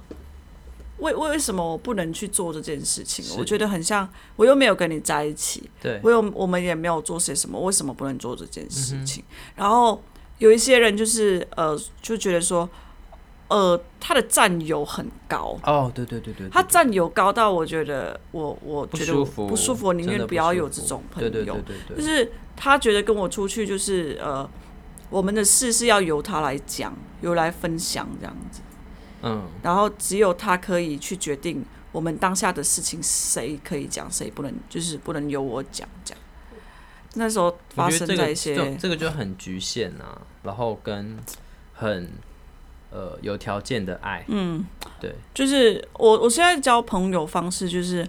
B: 为为为什么我不能去做这件事情？
C: 是
B: 我觉得很像，我又没有跟你在一起，
C: 对，
B: 我有我们也没有做些什么，为什么不能做这件事情？
C: 嗯
B: 然后有一些人就是呃，就觉得说，呃，他的占有很高。
C: 哦，对对对对，对
B: 他
C: 对
B: 占有高到我觉得我我
C: 不
B: 觉得
C: 舒
B: 我
C: 服，
B: 不舒服，我宁
C: 真的
B: 愿
C: 不
B: 要
C: 舒
B: 有
C: 服
B: 这种朋
C: 对
B: 友。
C: 对对对对，
B: 就是他觉得跟我出去就是呃，我们的事是要由他来讲，由来分享这样子，
C: 嗯，
B: 然后只有他可以去决定我们当下的事情谁可以讲，谁不能，就是不能由我讲这样。那时候发
C: 我觉
B: 生
C: 得这
B: 在
C: 个
B: 一些、
C: 这这个就很局限啊，然后跟很呃有条件的爱，
B: 嗯，
C: 对，
B: 就是我我现在交朋友方式就是，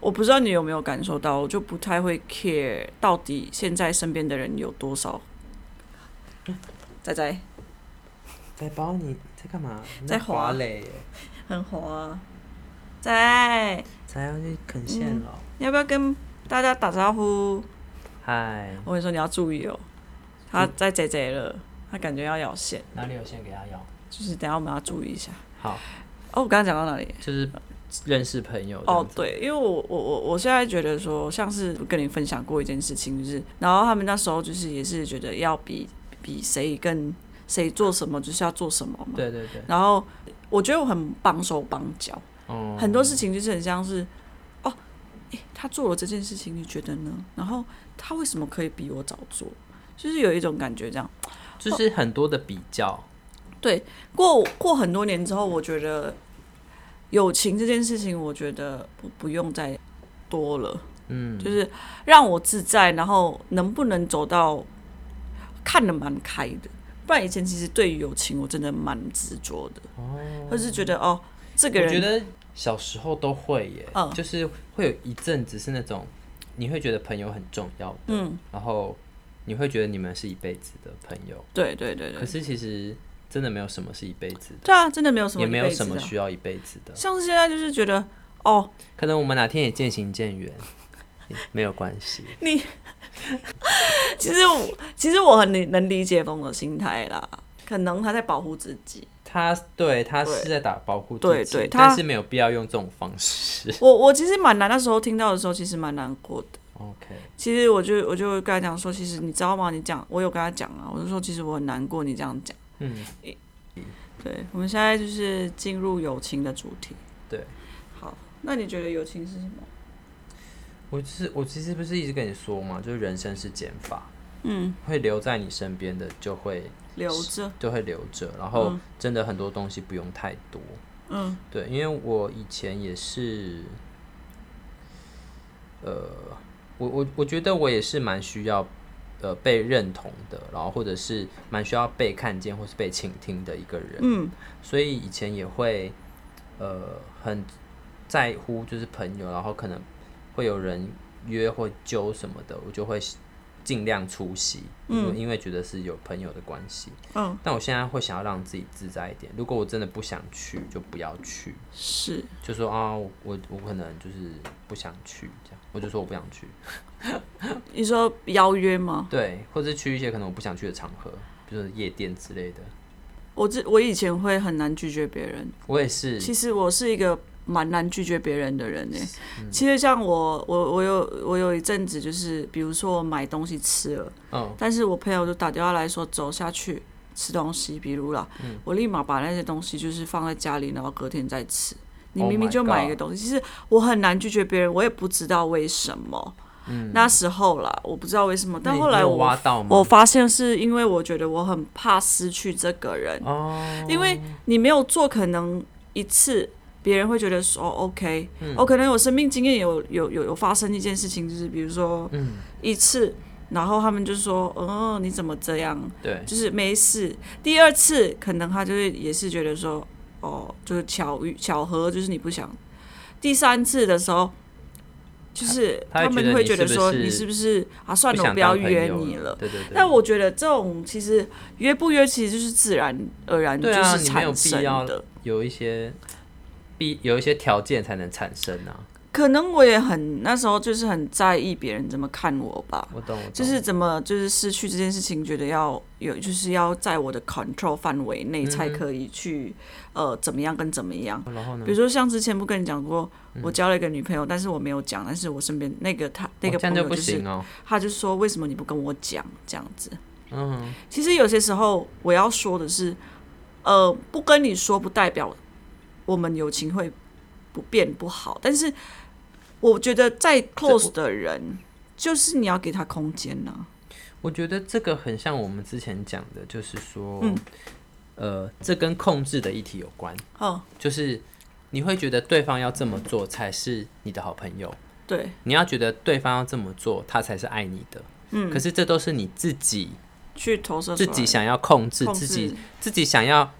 B: 我不知道你有没有感受到，我就不太会 care 到底现在身边的人有多少。
C: 嗯
B: 仔仔
C: 北包哎你在干嘛？
B: 你在在滑滑
C: 嘞，
B: 很滑、啊，仔，
C: 才要去啃
B: 线
C: 了。
B: 你要不要跟大家打招呼？
C: 嗨，
B: 我跟你说，你要注意哦，他在贼贼了，他感觉要咬线，
C: 哪里有线给他要？
B: 就是等一下我们要注意一下。
C: 好，
B: 哦，我刚刚讲到哪里？
C: 就是认识朋友这
B: 哦
C: 样，子。
B: 对，因为我我我我现在觉得说，像是跟你分享过一件事情，就是，然后他们那时候就是也是觉得要比比谁更谁做什么，就是要做什么嘛。。
C: 对对对，
B: 然后我觉得我很帮手帮脚，
C: 哦，
B: 很多事情就是很像是，哦，诶，他做了这件事情，你觉得呢？然后他为什么可以比我早做？就是有一种感觉，这样
C: 就是很多的比较，
B: 过过很多年之后，我觉得友情这件事情，我觉得不不用再多了，
C: 嗯，
B: 就是让我自在，然后能不能走到看得蛮开的。不然以前其实对于友情，我真的蛮执着的，
C: 哦，
B: 就是觉得哦，这个
C: 我觉
B: 人
C: 得小时候都会耶，
B: 嗯
C: 就是会有一阵子是那种你会觉得朋友很重要的，
B: 嗯，
C: 然后你会觉得你们是一辈子的朋友，
B: 对对对
C: 可
B: 对，
C: 是其实真的没有什么是一辈子的，
B: 对啊，真的没有什么
C: 也没有
B: 一辈子
C: 什么
B: 的
C: 需要一辈子的。
B: 像是现在就是觉得哦，
C: 可能我们哪天也渐行渐远， 也没有关系。
B: 其实我其实我很理能理解风的心态啦，可能他在保护自己。
C: 他对他
B: 对
C: 是在打保护
B: 对
C: 自己，
B: 对他
C: 但是没有必要用这种方式。
B: 我我其实蛮难，那时候听到的时候其实蛮难过的。
C: OK，
B: 其实我就我就跟他讲说，其实你知道吗？你讲我有跟他讲啊，我就说其实我很难过，你这样讲。
C: 嗯，
B: 对，我们现在就是进入友情的主题。
C: 对，
B: 好，那你觉得友情是什么？
C: 我就是我其实不是一直跟你说嘛，就是人生是减法，
B: 嗯，
C: 会留在你身边的就会
B: 留着。
C: 就会留着，然后真的很多东西不用太多。
B: 嗯，
C: 对，因为我以前也是，呃，我我我觉得我也是蛮需要呃被认同的，然后或者是蛮需要被看见或是被倾听的一个人。
B: 嗯，
C: 所以以前也会呃很在乎就是朋友，然后可能会有人约或揪什么的，我就会尽量出席，嗯，因为觉得是有朋友的关系。
B: 嗯，
C: 但我现在会想要让自己自在一点，如果我真的不想去，就不要去，
B: 是
C: 就说啊，我我我可能就是不想去这样，我就说我不想去，
B: 你说邀约吗？
C: 对，或者去一些可能我不想去的场合，比如说夜店之类的。
B: 我之我以前会很难拒绝别人，
C: 我也是，
B: 其实我是一个蛮难拒绝别人的人呢、欸
C: 嗯
B: 其实像我，我我有我有一阵子就是，比如说我买东西吃了，
C: 嗯，
B: 但是我朋友就打电话来说走下去吃东西，比如啦，
C: 嗯
B: 我立马把那些东西就是放在家里，然后隔天再吃。你
C: Oh
B: 明明
C: my
B: 就买一个
C: God
B: 东西，其实我很难拒绝别人，我也不知道为什么。那时候啦，我不知道为什么，但
C: 嗯你
B: 后来
C: 你有
B: 我
C: 挖到吗
B: 我发现是因为我觉得我很怕失去这个人，
C: 哦，
B: 因为你没有做，可能一次别人会觉得说哦 OK，我、
C: 嗯
B: 可能有生命经验有有有有发生一件事情，就是比如说
C: 嗯，
B: 一次，然后他们就说哦你怎么这样，
C: 对，
B: 就是没事。第二次可能他就是也是觉得说哦就是巧遇巧合，就是你不想。第三次的时候。就是
C: 他他会
B: 他们
C: 觉得
B: 会
C: 你
B: 觉得
C: 是不
B: 说
C: 是
B: 你是不是啊？算了，
C: 想
B: 我不要
C: 当朋
B: 约
C: 友
B: 你
C: 了
B: 了。
C: 对对对。
B: 但我觉得这种其实约不约，其实就是自然而然就
C: 对啊
B: 是
C: 你没有必
B: 产生
C: 要
B: 的。
C: 有一些必有一些条件才能产生啊。
B: 可能我也很那时候就是很在意别人怎么看我吧，
C: 我懂，我懂
B: 就是怎么就是失去这件事情，觉得要有就是要在我的 control 范围内才
C: 嗯
B: 可以去、呃怎么样跟怎么样。
C: 然后呢
B: 比如？说像之前不跟你讲过，
C: 嗯
B: 我交了一个女朋友，但是我没有讲，但是我身边那个他那
C: 哦
B: 个
C: 这
B: 朋
C: 样就
B: 友
C: 不
B: 就是、
C: 行哦。
B: 他就说为什么你不跟我讲这样子。
C: 嗯，
B: 其实有些时候我要说的是，呃，不跟你说不代表我们友情会不变不好，但是我觉得再 close 的人，就是你要给他空间呐、
C: 我觉得这个很像我们之前讲的，就是说，
B: 嗯
C: 呃，这跟控制的议题有关，
B: 哦，
C: 就是你会觉得对方要这么做才是你的好朋友，
B: 对，
C: 你要觉得对方要这么做，他才是爱你的。嗯，可是这都是你自己
B: 去投射出
C: 自
B: 来
C: 己想要控制
B: 控
C: 自己
B: 制
C: 自己想要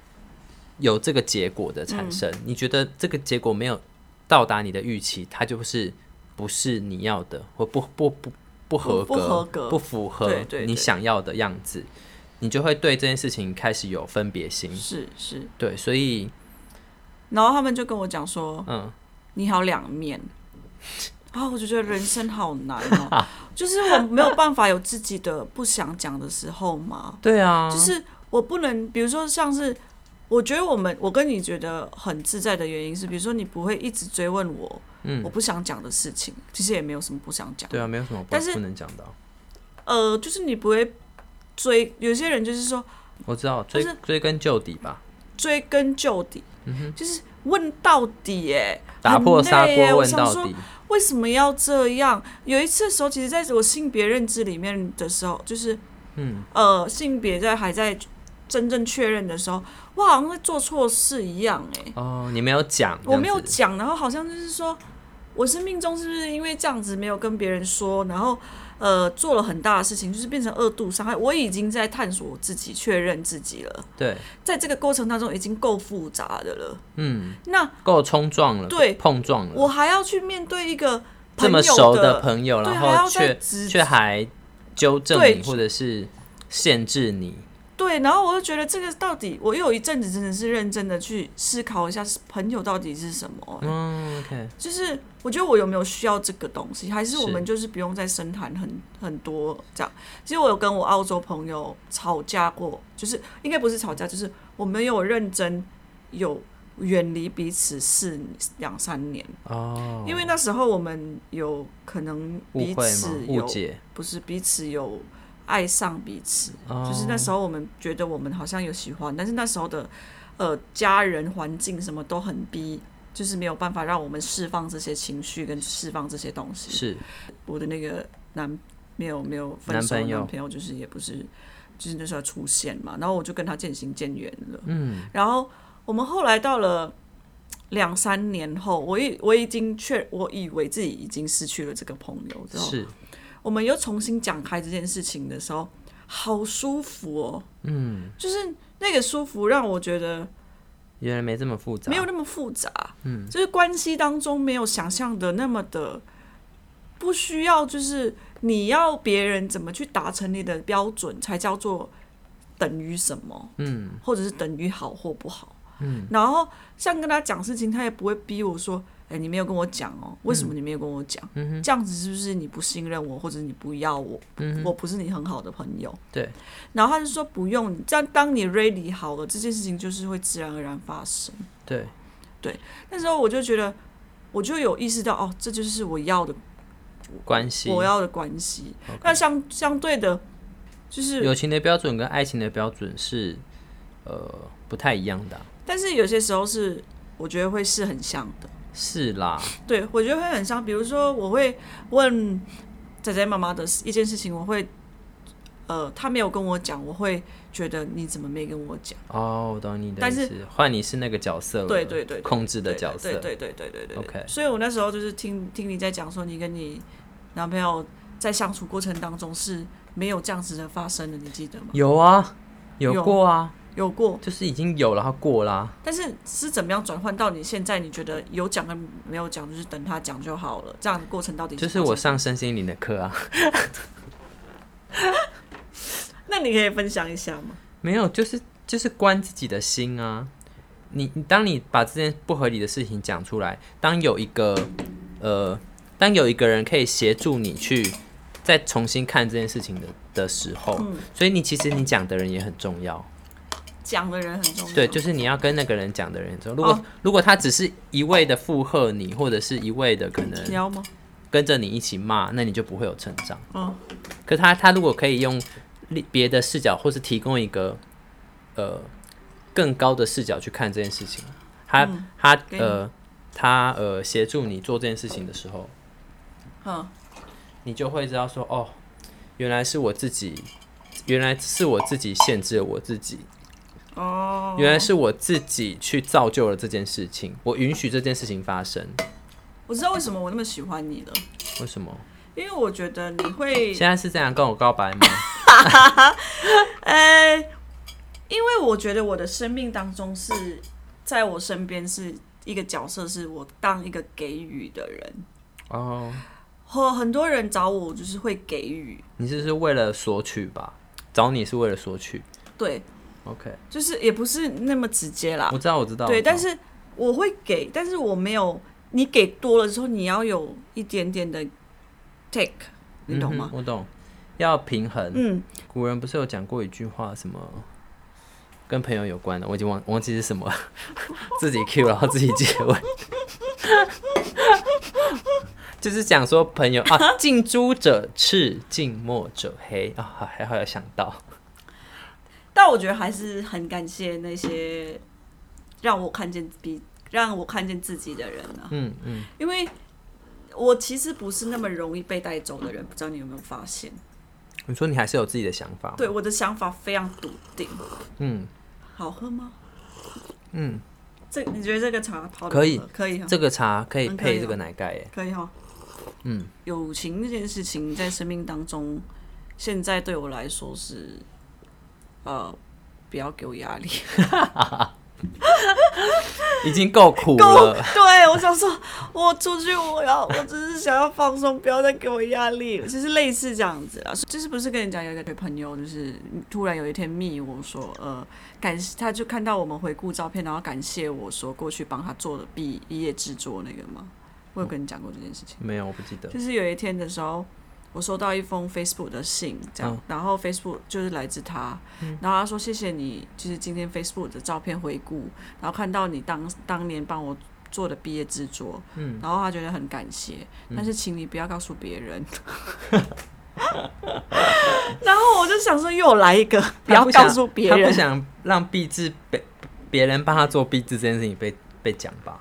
C: 有这个结果的产生，
B: 嗯
C: 你觉得这个结果没有到达你的预期，它就是不是你要的，或不不不不合格，
B: 不合格
C: 不符合
B: 对对
C: 你
B: 对
C: 想要的样子，你就会对这件事情开始有分别心。
B: 是是，
C: 对，所以
B: 然后他们就跟我讲说，
C: 嗯，
B: 你好两面。 啊、我就觉得人生好难哦，就是我没有办法有自己的不想讲的时候嘛。
C: 对啊，
B: 就是我不能，比如说像是，我觉得我们我跟你觉得很自在的原因是，比如说你不会一直追问我，
C: 嗯
B: 我不想讲的事情，其实也没有什么不想讲，
C: 对啊，没有什么不
B: 但是
C: 不能讲的啊。
B: 呃，就是你不会追，有些人就是说
C: 我知道追
B: 就是
C: 追根究底吧，
B: 追根究底，就是问到底、欸，
C: 嗯打破砂
B: 很累欸
C: 锅
B: 我
C: 问
B: 想
C: 到
B: 说
C: 底。
B: 为什么要这样？有一次的时候，其实在我性别认知里面的时候，就是，
C: 嗯，
B: 呃，性别在还在真正确认的时候，我好像在做错事一样、欸，
C: 哦，你没有讲，
B: 我没有
C: 这样子
B: 讲，然后好像就是说，我生命中是不是因为这样子没有跟别人说，然后呃做了很大的事情，就是变成二度伤害。我已经在探索我自己，确认自己了，
C: 对，
B: 在这个过程当中已经够复杂的了。
C: 嗯。
B: 那
C: 够冲撞了，
B: 对
C: 碰撞了，
B: 我还要去面对一个
C: 这
B: 朋友
C: 么熟
B: 的
C: 的朋友，
B: 对啊
C: 然
B: 还
C: 后
B: 要再
C: 却
B: 指
C: 却还纠正
B: 对
C: 你，或者是限制你，
B: 对，然后我就觉得这个到底，我有一阵子真的是认真的去思考一下，朋友到底是什么、欸
C: 嗯，OK，
B: 就是我觉得我有没有需要这个东西，还是我们
C: 是
B: 就是不用再深谈很很多这样。其实我有跟我澳洲朋友吵架过，就是应该不是吵架，就是我们有认真有远离彼此四两三年，
C: 哦，
B: 因为那时候我们有可能
C: 误
B: 彼
C: 会吗
B: 此？
C: 误
B: 有
C: 解，
B: 不是彼此有爱上彼此，
C: 哦
B: 就是那时候我们觉得我们好像有喜欢，但是那时候的呃家人环境什么都很逼，就是没有办法让我们释放这些情绪跟释放这些东西。
C: 是
B: 我的那个男没有没有分
C: 男
B: 手的
C: 朋友
B: 男朋友，就是也不是，就是那时候出现嘛，然后我就跟他渐行渐远了。
C: 嗯，
B: 然后我们后来到了。两三年后，我已我已经确我以为自己已经失去了这个朋友之后，
C: 是，
B: 我们又重新讲开这件事情的时候，好舒服哦，
C: 嗯，
B: 就是那个舒服让我觉得
C: 原来没这么复杂，
B: 没有那么复杂，嗯，就是关系当中没有想象的那么的，不需要就是你要别人怎么去达成你的标准才叫做等于什么，
C: 嗯，
B: 或者是等于好或不好，嗯，然后像跟他讲事情，他也不会逼我说，哎、你没有跟我讲哦，为什么你没有跟我讲？
C: 嗯哼
B: 这样子是不是你不信任我，或者你不要我？
C: 嗯
B: 我
C: 哼，
B: 不是你很好的朋友。
C: 对，
B: 然后他就说不用，这样当你 ready 好了，这件事情就是会自然而然发生。
C: 对，
B: 那时候我就觉得，我就有意识到，哦，这就是我要的，
C: 关系，
B: 我要的关系。
C: OK
B: 那相相对的，就是，
C: 友情的标准跟爱情的标准是呃不太一样的啊、
B: 但是有些时候是，我觉得会是很像的。
C: 是啦，
B: 对，我觉得会很像。比如说，我会问仔仔妈妈的一件事情，我会，呃，他没有跟我讲，我会觉得你怎么没跟我讲？
C: 哦，我懂你的
B: 但
C: 意
B: 是
C: 思，换你是那个角色了，
B: 对对对对
C: 控制的
B: 对
C: 角色，
B: 对对对对对对对
C: OK
B: 所以我那时候就是听听你在讲说，你跟你男朋友在相处过程当中是没有这样子的发生的，你记得吗？
C: 有啊，有
B: 有
C: 过啊，
B: 有过，
C: 就是已经有了，它过啦、
B: 但是是怎么样转换到你现在？你觉得有讲跟没有讲，就是等他讲就好了。这样的过程到底
C: 就是
B: 发生
C: 我？上身心灵的课啊，
B: 那你可以分享一下吗？
C: 没有，就是就是关自己的心啊。你你当你把这件不合理的事情讲出来，当有一个呃，当有一个人可以协助你去再重新看这件事情的的时候，
B: 嗯
C: 所以你其实你讲的人也很重要。
B: 讲的人很重要。
C: 对，就是你要跟那个人讲的人很重要。如果、如果他只是一味的附和你，或者是一味的可
B: 你
C: 能
B: 要吗？
C: 跟着你一起骂，那你就不会有成长。
B: 嗯，
C: 可他他如果可以用另别的视角，或是提供一个呃更高的视角去看这件事情，他、他
B: 给你
C: 呃他呃协助你做这件事情的时候，
B: 嗯，
C: 你就会知道说哦，原来是我自己，原来是我自己限制了我自己，
B: 哦，
C: 原来是我自己去造就了这件事情，我允许这件事情发生，
B: 我知道为什么我那么喜欢你了，
C: 为什么？
B: 因为我觉得你会，
C: 现在是这样跟我告白 吗？
B: 呃，因为我觉得我的生命当中是在我身边是一个角色，是我当一个给予的人。
C: 哦，
B: 和很多人找我就是会给予，
C: 你是不是为了索取吧？找你是为了索取
B: 对，
C: ，OK。
B: 就是也不是那么直接啦
C: 我，知道，我知道。
B: 对，
C: 我知道
B: 但是我会给，但是我没有你给多了之后，你要有一点点的 take，你懂吗
C: 嗯？哼我懂，要平衡。
B: 嗯，
C: 古人不是有讲过一句话，什么跟朋友有关的，我已经忘忘记是什么 了，自己 Q 然后自己结尾， 就是讲说朋友 啊，近朱者赤，近墨者黑啊，还还好有想到。
B: 但我觉得还是很感谢那些让我看见比让我看见自己的人啊，
C: 嗯嗯，
B: 因为我其实不是那么容易被带走的人，不知道你有没有发现？
C: 你说你还是有自己的想法。
B: 对，我的想法非常笃定。
C: 嗯，
B: 好喝吗？
C: 嗯，
B: 这你觉得这个茶泡得
C: 可以
B: 好喝可以哈，
C: 这个茶可以
B: 嗯可以
C: 配这
B: 哦
C: 个奶盖耶。
B: 可以哈。
C: 嗯，
B: 友情这件事情在生命当中，现在对我来说是，呃，不要给我 压力。
C: 已经够苦
B: 够，
C: 了。
B: 对我想说，我出去，我要，我只是想要放松，不要再给我压力了，就是类似这样子啊。就是不是跟你讲，有一个朋友，就是突然有一天密我说，呃，感谢，他就看到我们回顾照片，然后感谢我说过去帮他做的毕毕业制作那个吗？我有跟你讲过这件事情。
C: 没有，我不记得。
B: 就是有一天的时候，我收到一封 Facebook 的信，这样，
C: 嗯
B: 然后 Facebook 就是来自他，然后他说谢谢你，就是今天 Facebook 的照片回顾，然后看到你当当年帮我做的毕业制作，
C: 嗯
B: 然后他觉得很感谢，但是请你不要告诉别人。 然后我就想说，又来一个，不要
C: 他
B: 告
C: 想
B: 诉别
C: 他不
B: 人。
C: 想让壁纸被别人帮他做壁纸这件事情被被讲吧。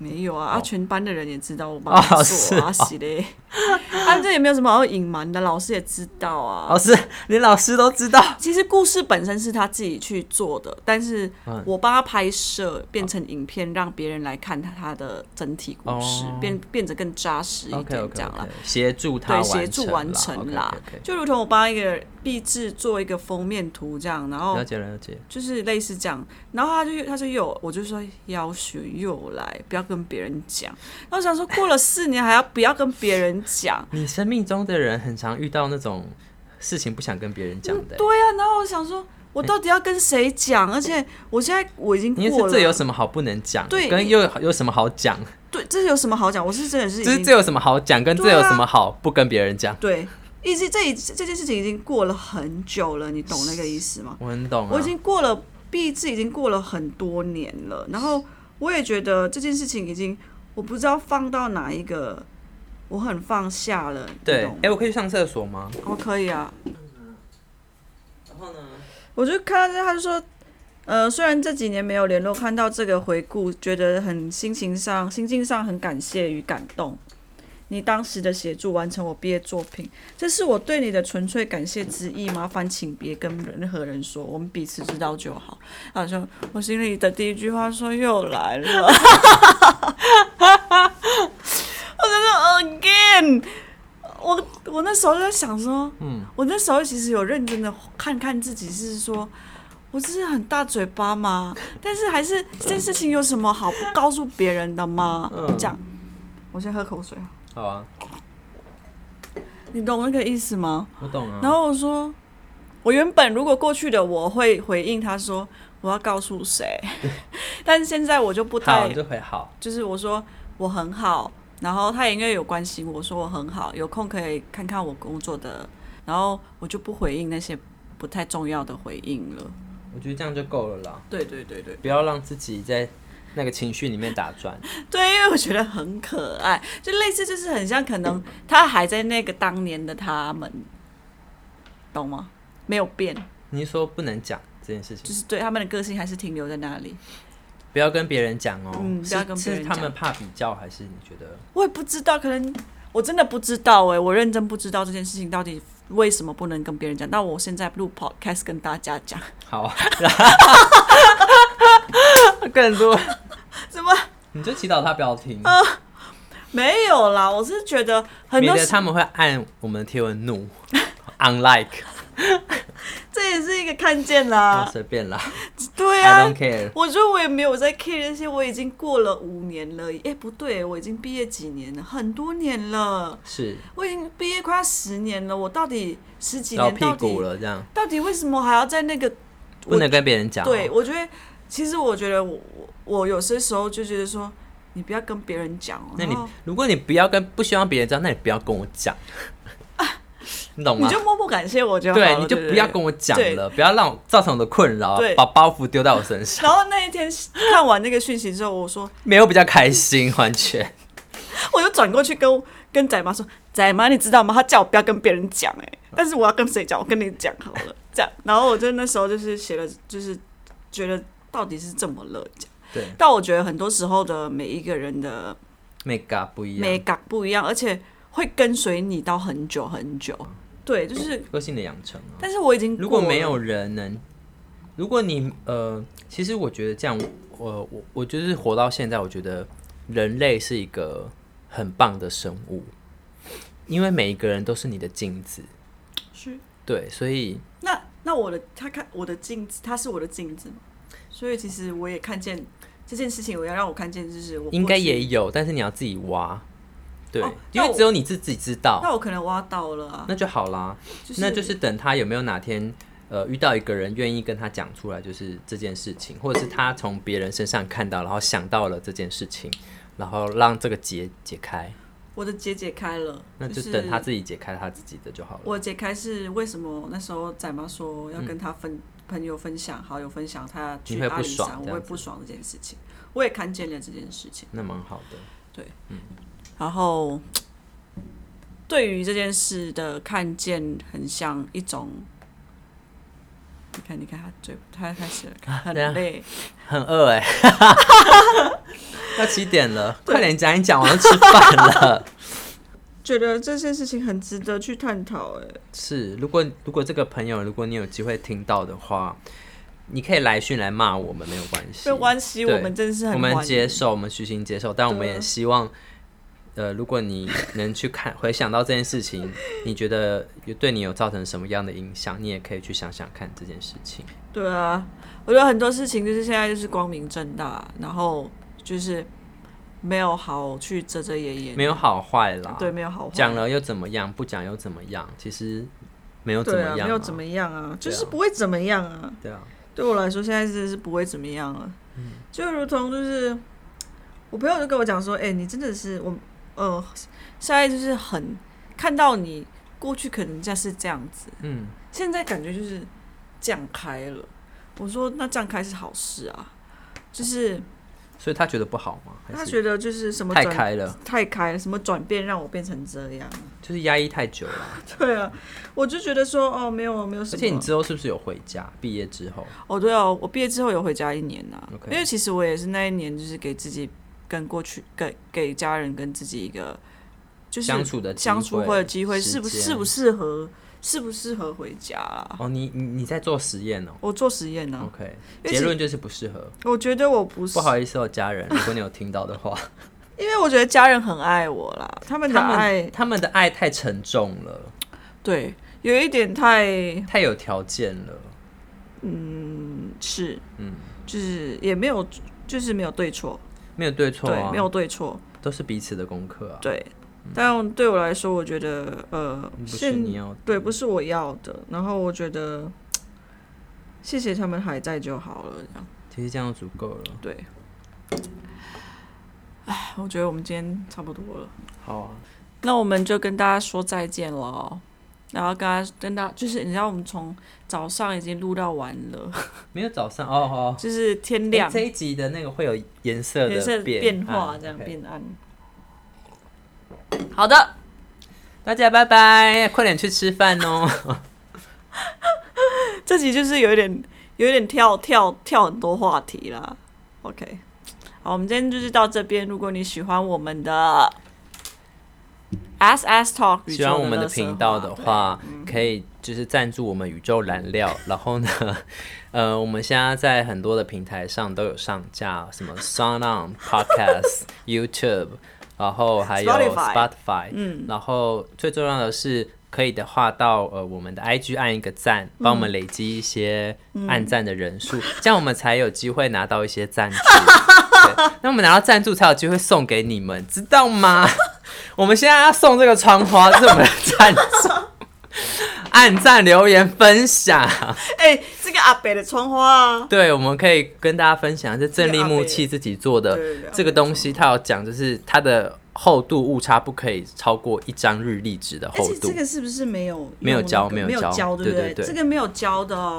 B: 没有
C: 哦
B: 啊，啊，全班的人也知道我帮他
C: 哦
B: 做啊，
C: 是哦
B: 是嘞， 啊，这也没有什么好隐瞒的，老师也知道啊。
C: 老师，连老师都知道。
B: 其实故事本身是他自己去做的，但是
C: 嗯
B: 我帮他拍摄变成影片，让别人来看他他的整体故事，
C: 哦
B: 变变得更扎实一
C: OK
B: 点，这
C: OK
B: 样啦。
C: OK，协助他
B: 对，协助完成啦
C: OK，
B: 就如同我帮一个壁制做一个封面图这样，然后
C: 了解了解，
B: 就是类似这样，然后他就他就有，我就说要学又来，不要跟别人讲。然后我想说过了四年还要不要跟别人 讲？
C: 你生命中的人很常遇到那种事情不想跟别人讲的欸、
B: 对啊呀、然后我想说我到底要跟谁讲？而且我现在我已经
C: 你也是
B: 过了，
C: 这有什么好不能讲？
B: 对
C: 跟又有有什么好讲？
B: 对这有什么好讲？我是真的是已
C: 就是
B: 经
C: 这有什么好讲？跟这
B: 对
C: 有
B: 啊
C: 什么好不跟别人讲？
B: 对，已经这已这件事情已经过了很久了，你懂那个意思吗？
C: 我很懂啊，
B: 我已经过了，毕志已经过了很多年了，然后我也觉得这件事情已经，我不知道放到哪一个，我很放下了，
C: 对。
B: 我
C: 哎、我可以去上厕所吗？
B: 哦，可以啊，
C: 然后呢？
B: 我就看到他就说，呃，虽然这几年没有联络，看到这个回顾，觉得很心情上、心境上很感谢与感动。你当时的协助完成我毕业作品，这是我对你的纯粹感谢之意。麻烦请别跟任何人说，我们彼此知道就好。他说，我心里的第一句话说又来了，我真的 again，我我那时候就在想说，嗯，我那时候其实有认真的看看自己，是说。我真是很大嘴巴吗？但是还是这件事情有什么好不告诉别人的吗？
C: 嗯
B: 这样，我先喝口水啊。
C: 好啊，
B: 你懂那个意思吗？
C: 我懂啊。
B: 然后我说，我原本如果过去的我会回应他说我要告诉 谁，但是现在我就不
C: 好，
B: 太
C: 你，就回好。
B: 就是我说我很好，然后他也因为有关心我说我很好，有空可以看看我工作的，然后我就不回应那些不太重要的回应了。
C: 我觉得这样就够了啦，
B: 对对对对
C: 不要让自己在那个情绪里面打转。
B: 对，因为我觉得很可爱，就类似就是很像可能他还在那个当年的他们，懂吗？没有变。
C: 你是说不能讲这件事
B: 就
C: 情，
B: 是对他们的个性还是停留在那里。
C: 不要跟别人讲哦、
B: 嗯
C: 是
B: 不要跟别人
C: 是
B: 讲
C: 他们怕比较，还是你觉得？
B: 我也不知道，可能我真的不知道哎、我认真不知道这件事情到底为什么不能跟别人讲。但我现在录 podcast 跟大家讲，
C: 好 啊，更多，
B: 怎么
C: 你就祈祷他不要听，
B: 没有啦？我是觉得呃很
C: 免
B: 多
C: 得
B: 时
C: 他们会按我们的贴文怒 ，unlike，
B: 这也是一个看见啦，
C: 随便啦
B: 对
C: ，I
B: 啊
C: don't。care。
B: 我觉得我也没有在 care 那些，我已经过了五年了，哎、不对，我已经毕业几年了，很多年了，
C: 是
B: 我已经毕业快要十年了，我到底十几
C: 老
B: 年
C: 屁
B: 到
C: 股
B: 底
C: 了，这样
B: 到底为什么还要在那个
C: 不能跟别人讲哦。
B: 对，我觉得其实我觉得我我我有些时候就觉得说，你不要跟别人讲哦，
C: 那你
B: 然后
C: 如果你不要跟不希望别人知道，那你不要跟我 讲，你懂
B: 你
C: 吗？
B: 就默默感谢我就好
C: 对，
B: 了，
C: 你就
B: 对
C: 不要跟
B: 我。
C: 我讲
B: 对
C: 了，不要让我造成我的困扰
B: 对，
C: 把包袱丢到我身上，
B: 然后那一天看完那个讯息之后，我说
C: 没有比较开心，完 全。
B: 我就转过去跟跟仔妈说，仔妈你知道吗？他叫我不要跟别人讲哎、但是我要跟谁讲？我跟你讲好了，这样。然后我就那时候就是写了，就是觉得到底是怎么了这样。
C: 对
B: 但我觉得很多时候的每一个人的
C: ，make up 不一
B: 美
C: 样，
B: 感不一样，而且会跟随你到很久很久。对，就是
C: 个性的养成啊。
B: 但是我已经
C: 如果
B: 过了
C: 没有人能，如果你呃，其实我觉得这样，我我我就是活到现在，我觉得人类是一个很棒的生物，因为每一个人都是你的镜子，
B: 是
C: 对，所以
B: 那那我的他看我的镜子，他是我的镜子嘛，所以其实我也看见这件事情，我要让我看见就是我
C: 应该
B: 过去
C: 也，有，但是你要自己挖，对，
B: 哦
C: 因
B: 那
C: 为
B: 我
C: 只有你自己知道，
B: 那我可能挖到了啊，
C: 那就好啦。
B: 就是
C: 那就是等他有没有哪天呃遇到一个人愿意跟他讲出来，就是这件事情，或者是他从别人身上看到，然后想到了这件事情，然后让这个结解开，
B: 我的结解开了，
C: 那就是等他自己解开他自己的就好了。
B: 我解开是为什么那时候仔妈说要跟他分、朋友分享，好友分享他去
C: 嗯你会
B: 阿
C: 不
B: 里
C: 爽
B: 山，
C: 这
B: 我会
C: 样子
B: 不爽这件事情，我也看见了这件事情。
C: 那蛮好的，
B: 然后对于这件事的看见，很像一种。你看，你看他嘴，他开始了，很
C: 等一下
B: 累。
C: 很饿哎、欸， 要七点了，快点讲一讲，我要吃饭 了。
B: 觉得这件事情很值得去探讨，哎，
C: 是，如果如果这个朋友，如果你有机会听到的话，你可以来讯来骂我们，没有关系，
B: 没关系，
C: 对
B: 我们真的是很
C: 我
B: 欢
C: 们
B: 迎
C: 接受，我们虚心接受，但我们
B: 对
C: 也
B: 啊
C: 希望，呃，如果你能去看回想到这件事 情，你觉得有对你有造成什么样的影响，你也可以去想想看这件事情。
B: 对啊，我觉得很多事情就是现在就是光明正大，然后就是没有好去遮遮掩掩，
C: 没有好坏啦，
B: 对，没有好坏
C: 讲了又怎么样？不讲又怎么样？其实没有怎么
B: 对
C: 样、
B: 啊，没有怎么样啊，就是不会怎么样啊。
C: 对啊，嗯
B: 对我来说，现在真的是不会怎么样了。就如同就是我朋友就跟我讲说，哎、你真的是我，呃，现在就是很看到你过去可能家是这样子，
C: 嗯，
B: 现在感觉就是降开了。我说那降开是好事啊，就是
C: 所以他觉得不好吗？还
B: 他
C: 是
B: 觉得就是什么
C: 太
B: 转
C: 开了，
B: 太开了，什么转变让我变成这样？
C: 就是压抑太久了。
B: 对啊，我就觉得说哦，没有没有什么。
C: 而且你之后是不是有回家？毕业之后，
B: 哦，对哦，我毕业之后有回家一年呐、
C: OK
B: 因为其实我也是那一年，就是给自己跟过去给给家人跟自己一个就是
C: 相处的机
B: 相处
C: 会
B: 或者机会，
C: 时
B: 适不
C: 间
B: 适不适合适不适合回家啊？
C: 哦，你你你在做实验哦。
B: 我做实验呢、
C: OK，
B: 嗯因为
C: 结
B: 其
C: 论就是不适合。
B: 我觉得我不是，
C: 不好意思哦，家人，如果你有听到的话，
B: 因为我觉得家人很爱我啦，他们的
C: 他
B: 爱
C: 们他们的爱太沉重了，
B: 对有一点太
C: 太有条件了。
B: 是
C: 嗯，
B: 就是也没有就是没有对错，
C: 没有对错、
B: 对
C: 啊，
B: 没有对错，
C: 都是彼此的功课啊。，
B: 对。但对我来说，我觉得呃，
C: 不是
B: 现
C: 你要
B: 对，不是我要的。然后我觉得谢谢他们还在就好了。这样
C: 其实这样就足够了。
B: 对，唉，我觉得我们今天差不多了，
C: 好啊，
B: 那我们就跟大家说再见了。哦然后跟大跟大就是你知道我们从早上已经录到晚了，
C: 没有早上哦哦，
B: 就是天
C: 诶
B: 亮
C: 这一集的那个会有颜色的
B: 颜色
C: 变
B: 变化
C: 暗
B: 这样
C: OK
B: 变暗。好的，
C: 大家拜拜，快点去吃饭 哦。
B: 这集就是有一点有一点跳跳跳很多话题啦。OK，好，我们今天就是到这边。如果你喜欢我们的 SS Talk，宇宙
C: 喜欢我们的
B: 垃圾
C: 频道的，话，可以就是赞助我们宇宙燃料。然后呢， 呃，我们现在在很多的平台上都有上架，什么 Sound On Podcast、YouTube，然后还有
B: Spotify
C: Spotify，嗯，然后最重要的是。可以的话，到呃我们的 IG 按一个赞，帮我们累积一些按赞的人数， 这样我们才有机会拿到一些赞助。对那我们拿到赞助才有机会送给你们，知道吗？我们现在要送这个窗花，这是我们的赞助。按赞、留言、分享，
B: 哎、这个阿北的窗花啊，
C: 对，我们可以跟大家分享，是正立木器自己做的
B: 对对对
C: 这个东西，它有讲，就是它的厚度误差不可以超过一张日历纸的
B: 而
C: 厚
B: 且
C: 度
B: 哎这。个是不是没有
C: 没有胶
B: 用那
C: 没
B: 个没
C: 有胶
B: 胶，不
C: 对对对
B: 这个没有胶的哦。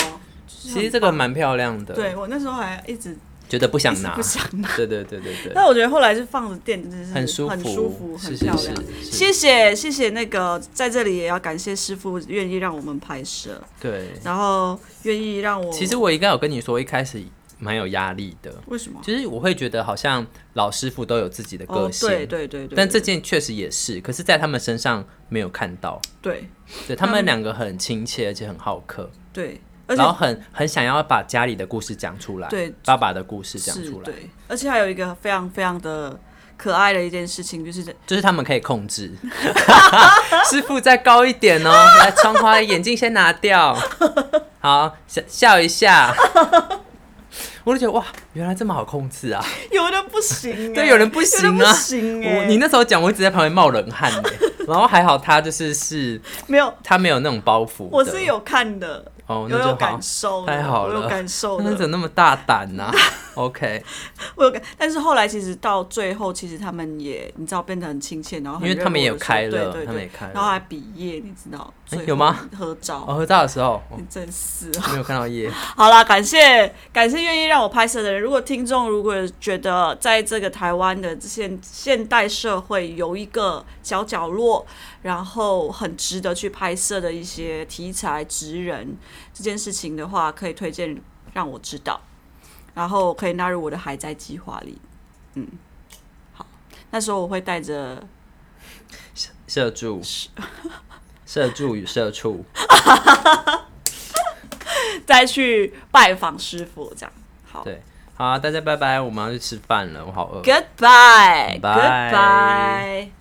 C: 其实这个蛮漂亮的，
B: 对，我那时候还一直
C: 觉得不
B: 一
C: 想
B: 直
C: 拿
B: 不，想拿，
C: 对对对对对。
B: 但我觉得后来是放着垫，真的是
C: 很舒服
B: 很舒服，很
C: 是是
B: 漂亮。
C: 是是
B: 谢谢谢谢那个在这里也要感谢师傅愿意让我们拍摄，
C: 对，
B: 然后愿意让我
C: 其实我应该有跟你说，一开始蛮有压力的，
B: 为什么？
C: 就是我会觉得好像老师傅都有自己的
B: 哦
C: 个，性，
B: 对对对对，
C: 但这
B: 对
C: 件确实也是，可是，在他们身上没有看到。
B: 对
C: 对他们两个很亲切，而且很好客，
B: 对，而
C: 然后
B: 且
C: 很很想要把家里的故事讲出来，
B: 对
C: 爸爸的故事讲
B: 是
C: 出来，
B: 对，而且还有一个非常非常的可爱的一件事情，就是
C: 就是他们可以控制。 师傅再高一点哦，来窗花眼镜先拿 掉，好笑笑一下。我就觉得哇，原来这么好控制啊！
B: 有的 不行欸，
C: 对有人不行啊
B: 有的不行
C: 我
B: 哎，
C: 你那时候讲，我一直在旁边冒冷汗耶然后还好他就是是
B: 没有，
C: 他没有那种包袱的，
B: 我是有看的，
C: 哦，那
B: 有
C: 就好
B: 有感受的，
C: 太好
B: 我
C: 了，
B: 有感受
C: 那你怎
B: 的，
C: 么那么大胆 呢、OK，
B: 我有感。但是后来其实到最后，其实他们也你知道变得很亲切，然后很
C: 因为他们也
B: 热络地说
C: 开了
B: 对对
C: 他们
B: 对
C: 也开了
B: 然后还毕业，你知道
C: 哎
B: 最
C: 有
B: 后
C: 吗？
B: 合照
C: 我，合照的时候、哦
B: 你真是啊。
C: 没有看到叶，
B: 好啦，感谢感谢愿意让我拍摄的人。如果听众如果觉得在这个台湾的现现代社会有一个小角落，然后很值得去拍摄的一些题材、职人这件事情的话，可以推荐让我知道，然后可以纳入我的海灾计划里。嗯，好，那时候我会带着
C: 社助，社助与社畜，
B: 再去拜访师傅，这样好。
C: 对，啊好，大家拜拜，我们要去吃饭了，我好饿。
B: Goodbye，Goodbye。
C: Bye